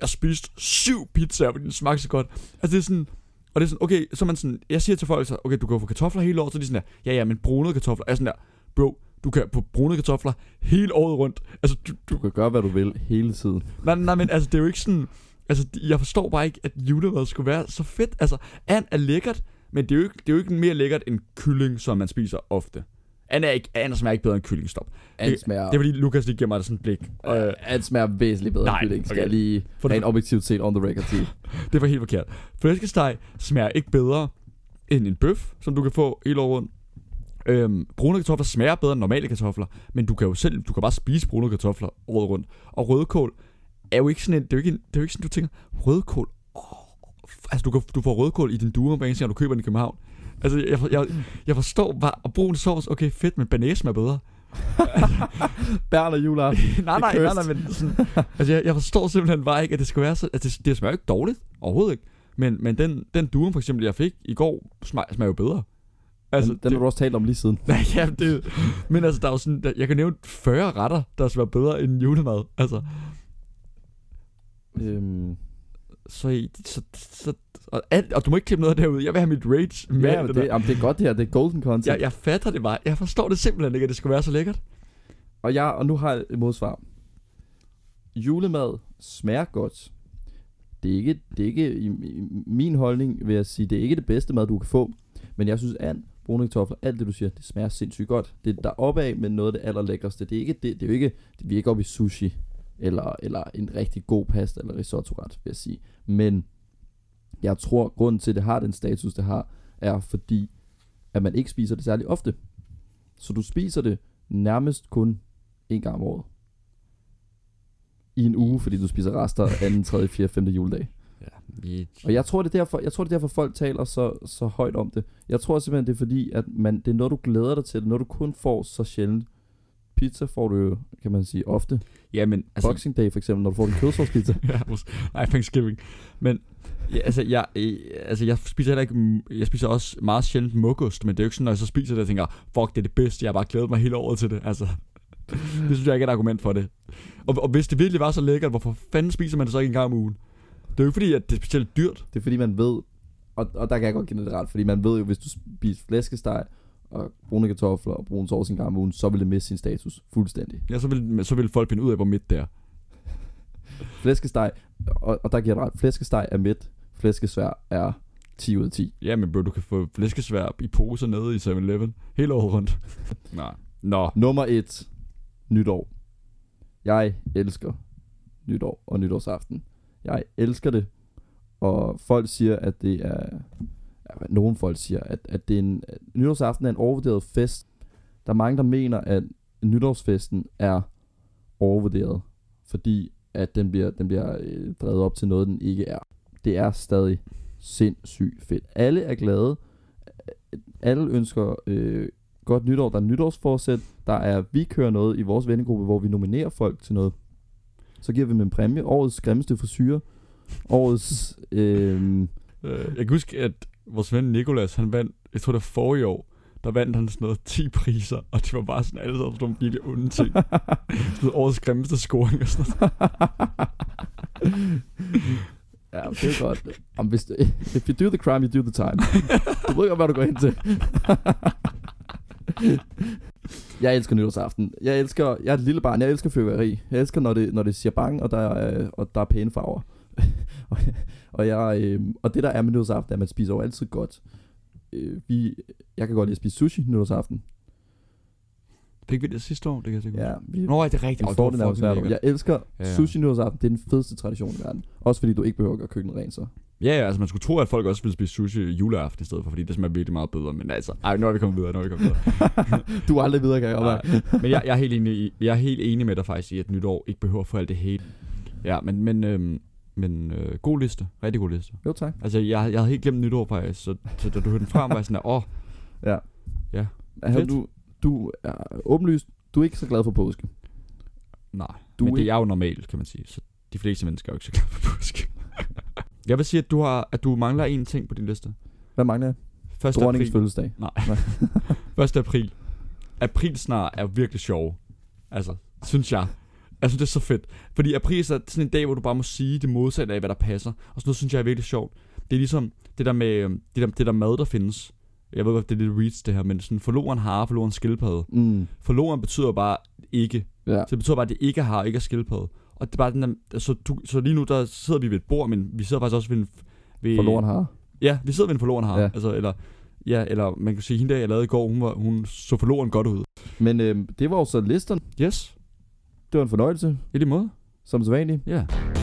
Speaker 2: jeg spiste syv pizzaer, fordi den smagte så godt. Altså det er sådan, og det er sådan, okay, så er man sådan, jeg siger til folk så, okay, du kan jo få kartofler hele året, så er de sådan der, ja ja, men brunede kartofler, jeg er sådan der, bro, du kan få brune kartofler hele året rundt. Altså, du, du,
Speaker 1: Du kan gøre, hvad du vil hele tiden.
Speaker 2: Nej, nej, men altså, det er jo ikke sådan... Altså, de- jeg forstår bare ikke, at julemad skulle være så fedt. Altså, and er lækkert, men det er jo ikke, det er jo ikke mere lækkert end kylling, som man spiser ofte. And er ikke, and smager ikke bedre end kylling, stop.
Speaker 1: Alt smager,
Speaker 2: Det er fordi, Lukas lige giver mig sådan et blik. Og, øh,
Speaker 1: øh, alt smager væsentligt bedre.
Speaker 2: nej,
Speaker 1: end kylling, skal
Speaker 2: okay.
Speaker 1: jeg lige
Speaker 2: For det-
Speaker 1: rent objektivt set on the record til.
Speaker 2: det var helt forkert. Flæskesteg smager ikke bedre end en bøf, som du kan få hele året rundt. Øhm, brune kartofler smager bedre end normale kartofler, men du kan jo selv, du kan bare spise brune kartofler året rundt. Og rødkål er jo ikke sådan en, det er jo ikke, en, det er jo ikke sådan, du tænker, rødkål, åh, f- altså du, kan, du får rødkål i din duer, hver eneste gang du køber den i København. Altså jeg, for- jeg, jeg forstår bare, og brun sovs, okay fedt, men banæs smager bedre.
Speaker 1: Bærn og juleaften.
Speaker 2: nej, nej, nej, nej, men sådan, altså jeg, jeg forstår simpelthen bare ikke, at det skal være så, altså det, det smager jo ikke dårligt, overhovedet ikke, men, men den, den durum for eksempel, jeg fik i går, smager, smager jo bedre.
Speaker 1: Altså, den, den har du også talt om lige siden.
Speaker 2: Nej, ja, det, men altså, der er jo sådan, der, jeg kan nævne 40 retter, der smager bedre end julemad, altså.
Speaker 1: Øhm,
Speaker 2: Så, i- så, så og, alt, og du må ikke klippe noget derud, jeg vil have mit rage med
Speaker 1: ja,
Speaker 2: alt
Speaker 1: men
Speaker 2: der.
Speaker 1: det, jamen, det er godt det her, det er golden content.
Speaker 2: Jeg, jeg fatter det bare, jeg forstår det simpelthen ikke, at det skal være så lækkert.
Speaker 1: Og jeg, og nu har jeg et modsvar. Julemad smager godt. Det er ikke, det er ikke i, i, min holdning, vil jeg sige, det er ikke det bedste mad, du kan få. Men jeg synes, and, brune kartofler, alt det du siger, det smager sindssygt godt. Det er deroppe af, men noget af det allerlækkerste. Det er ikke det, det er jo ikke, det, vi er ikke oppe i sushi, eller, eller en rigtig god pasta, eller risotto-ret, vil jeg sige. Men jeg tror, grunden til, at det har den status, det har, er fordi, at man ikke spiser det særlig ofte. Så du spiser det nærmest kun en gang om året. I en uge, fordi du spiser rester 2., 3., 4., 5. juledag.
Speaker 2: Ja,
Speaker 1: Og jeg tror, det er derfor, jeg tror, det er derfor folk taler så, så højt om det. Jeg tror simpelthen, det er fordi, at man, det er noget, du glæder dig til. Det er noget, du kun får så sjældent. Pizza får du jo, kan man sige, ofte.
Speaker 2: ja men
Speaker 1: Altså, Boxing Day for eksempel, når du får din kødsovspizza.
Speaker 2: ja, måske. Nej, Thanksgiving. Men ja, altså, jeg, øh, altså, jeg spiser heller ikke... Jeg spiser også meget sjældent mokost, men det er jo ikke sådan, når jeg så spiser det, jeg tænker, fuck, det er det bedste, jeg har bare glædet mig hele året til det. Altså, det synes jeg ikke er et argument for det. Og, og hvis det virkelig var så lækkert, hvorfor fanden spiser man det så ikke en gang om ugen? Det er jo ikke fordi, at det er specielt dyrt.
Speaker 1: Det er fordi, man ved, og, og der kan jeg godt give det ret, fordi man ved jo, hvis du spiser flæskesteg og brune kartofler og brun sovs en gang om ugen, så vil det miste sin status fuldstændig.
Speaker 2: Ja, så vil, så vil folk finde ud af, hvor midt det er.
Speaker 1: Flæskesteg, og, og der giver jeg dig ret, flæskesteg er midt, flæskesvær er 10 ud af 10.
Speaker 2: Ja, men bro, du kan få flæskesvær i poser nede i 7-Eleven hele året rundt. Nej. Nå.
Speaker 1: Nummer 1, nytår. Jeg elsker nytår og nytårsaften. Jeg elsker det, og folk siger, at det er... Ja, hvad nogle folk siger, at, at det er en, at nytårsaften er en overvurderet fest. Der er mange, der mener, at nytårsfesten er overvurderet, fordi at den bliver, den bliver øh, drevet op til noget, den ikke er. Det er stadig sindssygt fedt. Alle er glade. Alle ønsker øh, godt nytår, der er nytårsforsæt, der er, vi kører noget i vores vennegruppe, hvor vi nominerer folk til noget. Så giver vi dem en præmie, årets grimmeste frisyre, årets, øh,
Speaker 2: Øh, jeg kan huske, at vores ven Nikolas, han vandt, jeg tror det var forrige år, der vandt han sådan noget 10 priser, og det var bare sådan alle sammen sådan nogle virkelig onde ting. Sådan årets grimmeste scoring og sådan noget.
Speaker 1: ja, det er godt. Om hvis, if you do the crime, you do the time. Du ved godt, hvad du går ind til. jeg elsker nytårsaften. Jeg elsker, jeg er et lille barn, jeg elsker fyrværkeri. Jeg elsker, når det, når det siger bang, og der, er, øh, og der er pæne farver. og, og, jeg, øh, og det der er med nytårsaften, er, at man spiser jo altid godt. Øh, vi, jeg kan godt lide at spise sushi nytårsaften.
Speaker 2: Fik vi det sidste år, det kan jeg sikkert
Speaker 1: Ja, vi,
Speaker 2: Nå, ja, det er rigtigt.
Speaker 1: en
Speaker 2: Åh, det var
Speaker 1: fordel er også
Speaker 2: fucking
Speaker 1: hvert år. Jeg
Speaker 2: lækkert.
Speaker 1: elsker
Speaker 2: Ja, ja.
Speaker 1: sushi nytårsaften. Det er den fedeste tradition i verden. Også fordi du ikke behøver at gøre køkkenet rent så.
Speaker 2: Ja, ja, altså man skulle tro, at folk også ville spise sushi juleaften i stedet for, fordi det smager virkelig meget bedre. Men altså, ej, nu er vi kommet videre, nu er vi kommet videre.
Speaker 1: du er aldrig videre, kan jeg godt mærke.
Speaker 2: Nej, men jeg, jeg, er helt enig, i- jeg er helt enig med dig faktisk i, at nytår ikke behøver for alt det hele. Ja, men, men, øhm, men øh, god liste. Rigtig god liste.
Speaker 1: Jo tak.
Speaker 2: Altså, jeg, jeg havde helt glemt nytår faktisk, så, så da du hørte den frem, var jeg sådan, åh, oh,
Speaker 1: Altså,
Speaker 2: Fedt.
Speaker 1: du, du er åbenlyst, du er ikke så glad for påske.
Speaker 2: nej.
Speaker 1: Du
Speaker 2: Du men
Speaker 1: er
Speaker 2: det
Speaker 1: ikke-
Speaker 2: er jo normalt, kan man sige. Så de fleste mennesker er jo ikke så glade for påske. jeg vil sige, at du, har, at du mangler én ting på din liste. 1.
Speaker 1: Hvad mangler jeg? Dronningens
Speaker 2: april.
Speaker 1: fødselsdag.
Speaker 2: Nej.
Speaker 1: Nej.
Speaker 2: 1. april. Aprilsnar er virkelig sjov. Altså, synes jeg. Jeg synes, det er så fedt. Fordi april er så- sådan en dag, hvor du bare må sige det modsatte af, hvad der passer. Og sådan noget synes jeg er virkelig sjovt. Det er ligesom det der med øhm, det der, det der mad, der findes. Jeg ved godt, det er lidt reach det her, men sådan forloren har, forloren skildpadde.
Speaker 1: Mm.
Speaker 2: Forloren betyder bare ikke.
Speaker 1: Ja.
Speaker 2: Så det betyder bare, at det ikke er har, ikke er skildpadde. Og det er bare den der, altså, du, så lige nu, der sidder vi ved et bord, men vi sidder faktisk også ved en... Ved,
Speaker 1: Forloren har.
Speaker 2: Ja, vi sidder ved en forloren har.
Speaker 1: Ja.
Speaker 2: Ja. Altså, eller, ja, eller man kan sige, hende der, jeg lavede i går, hun, var, hun så forloren godt ud.
Speaker 1: Men øh, det var jo så listerne.
Speaker 2: Yes,
Speaker 1: Det var en fornøjelse,
Speaker 2: i det måde.
Speaker 1: som så vanligt.
Speaker 2: Ja. Yeah.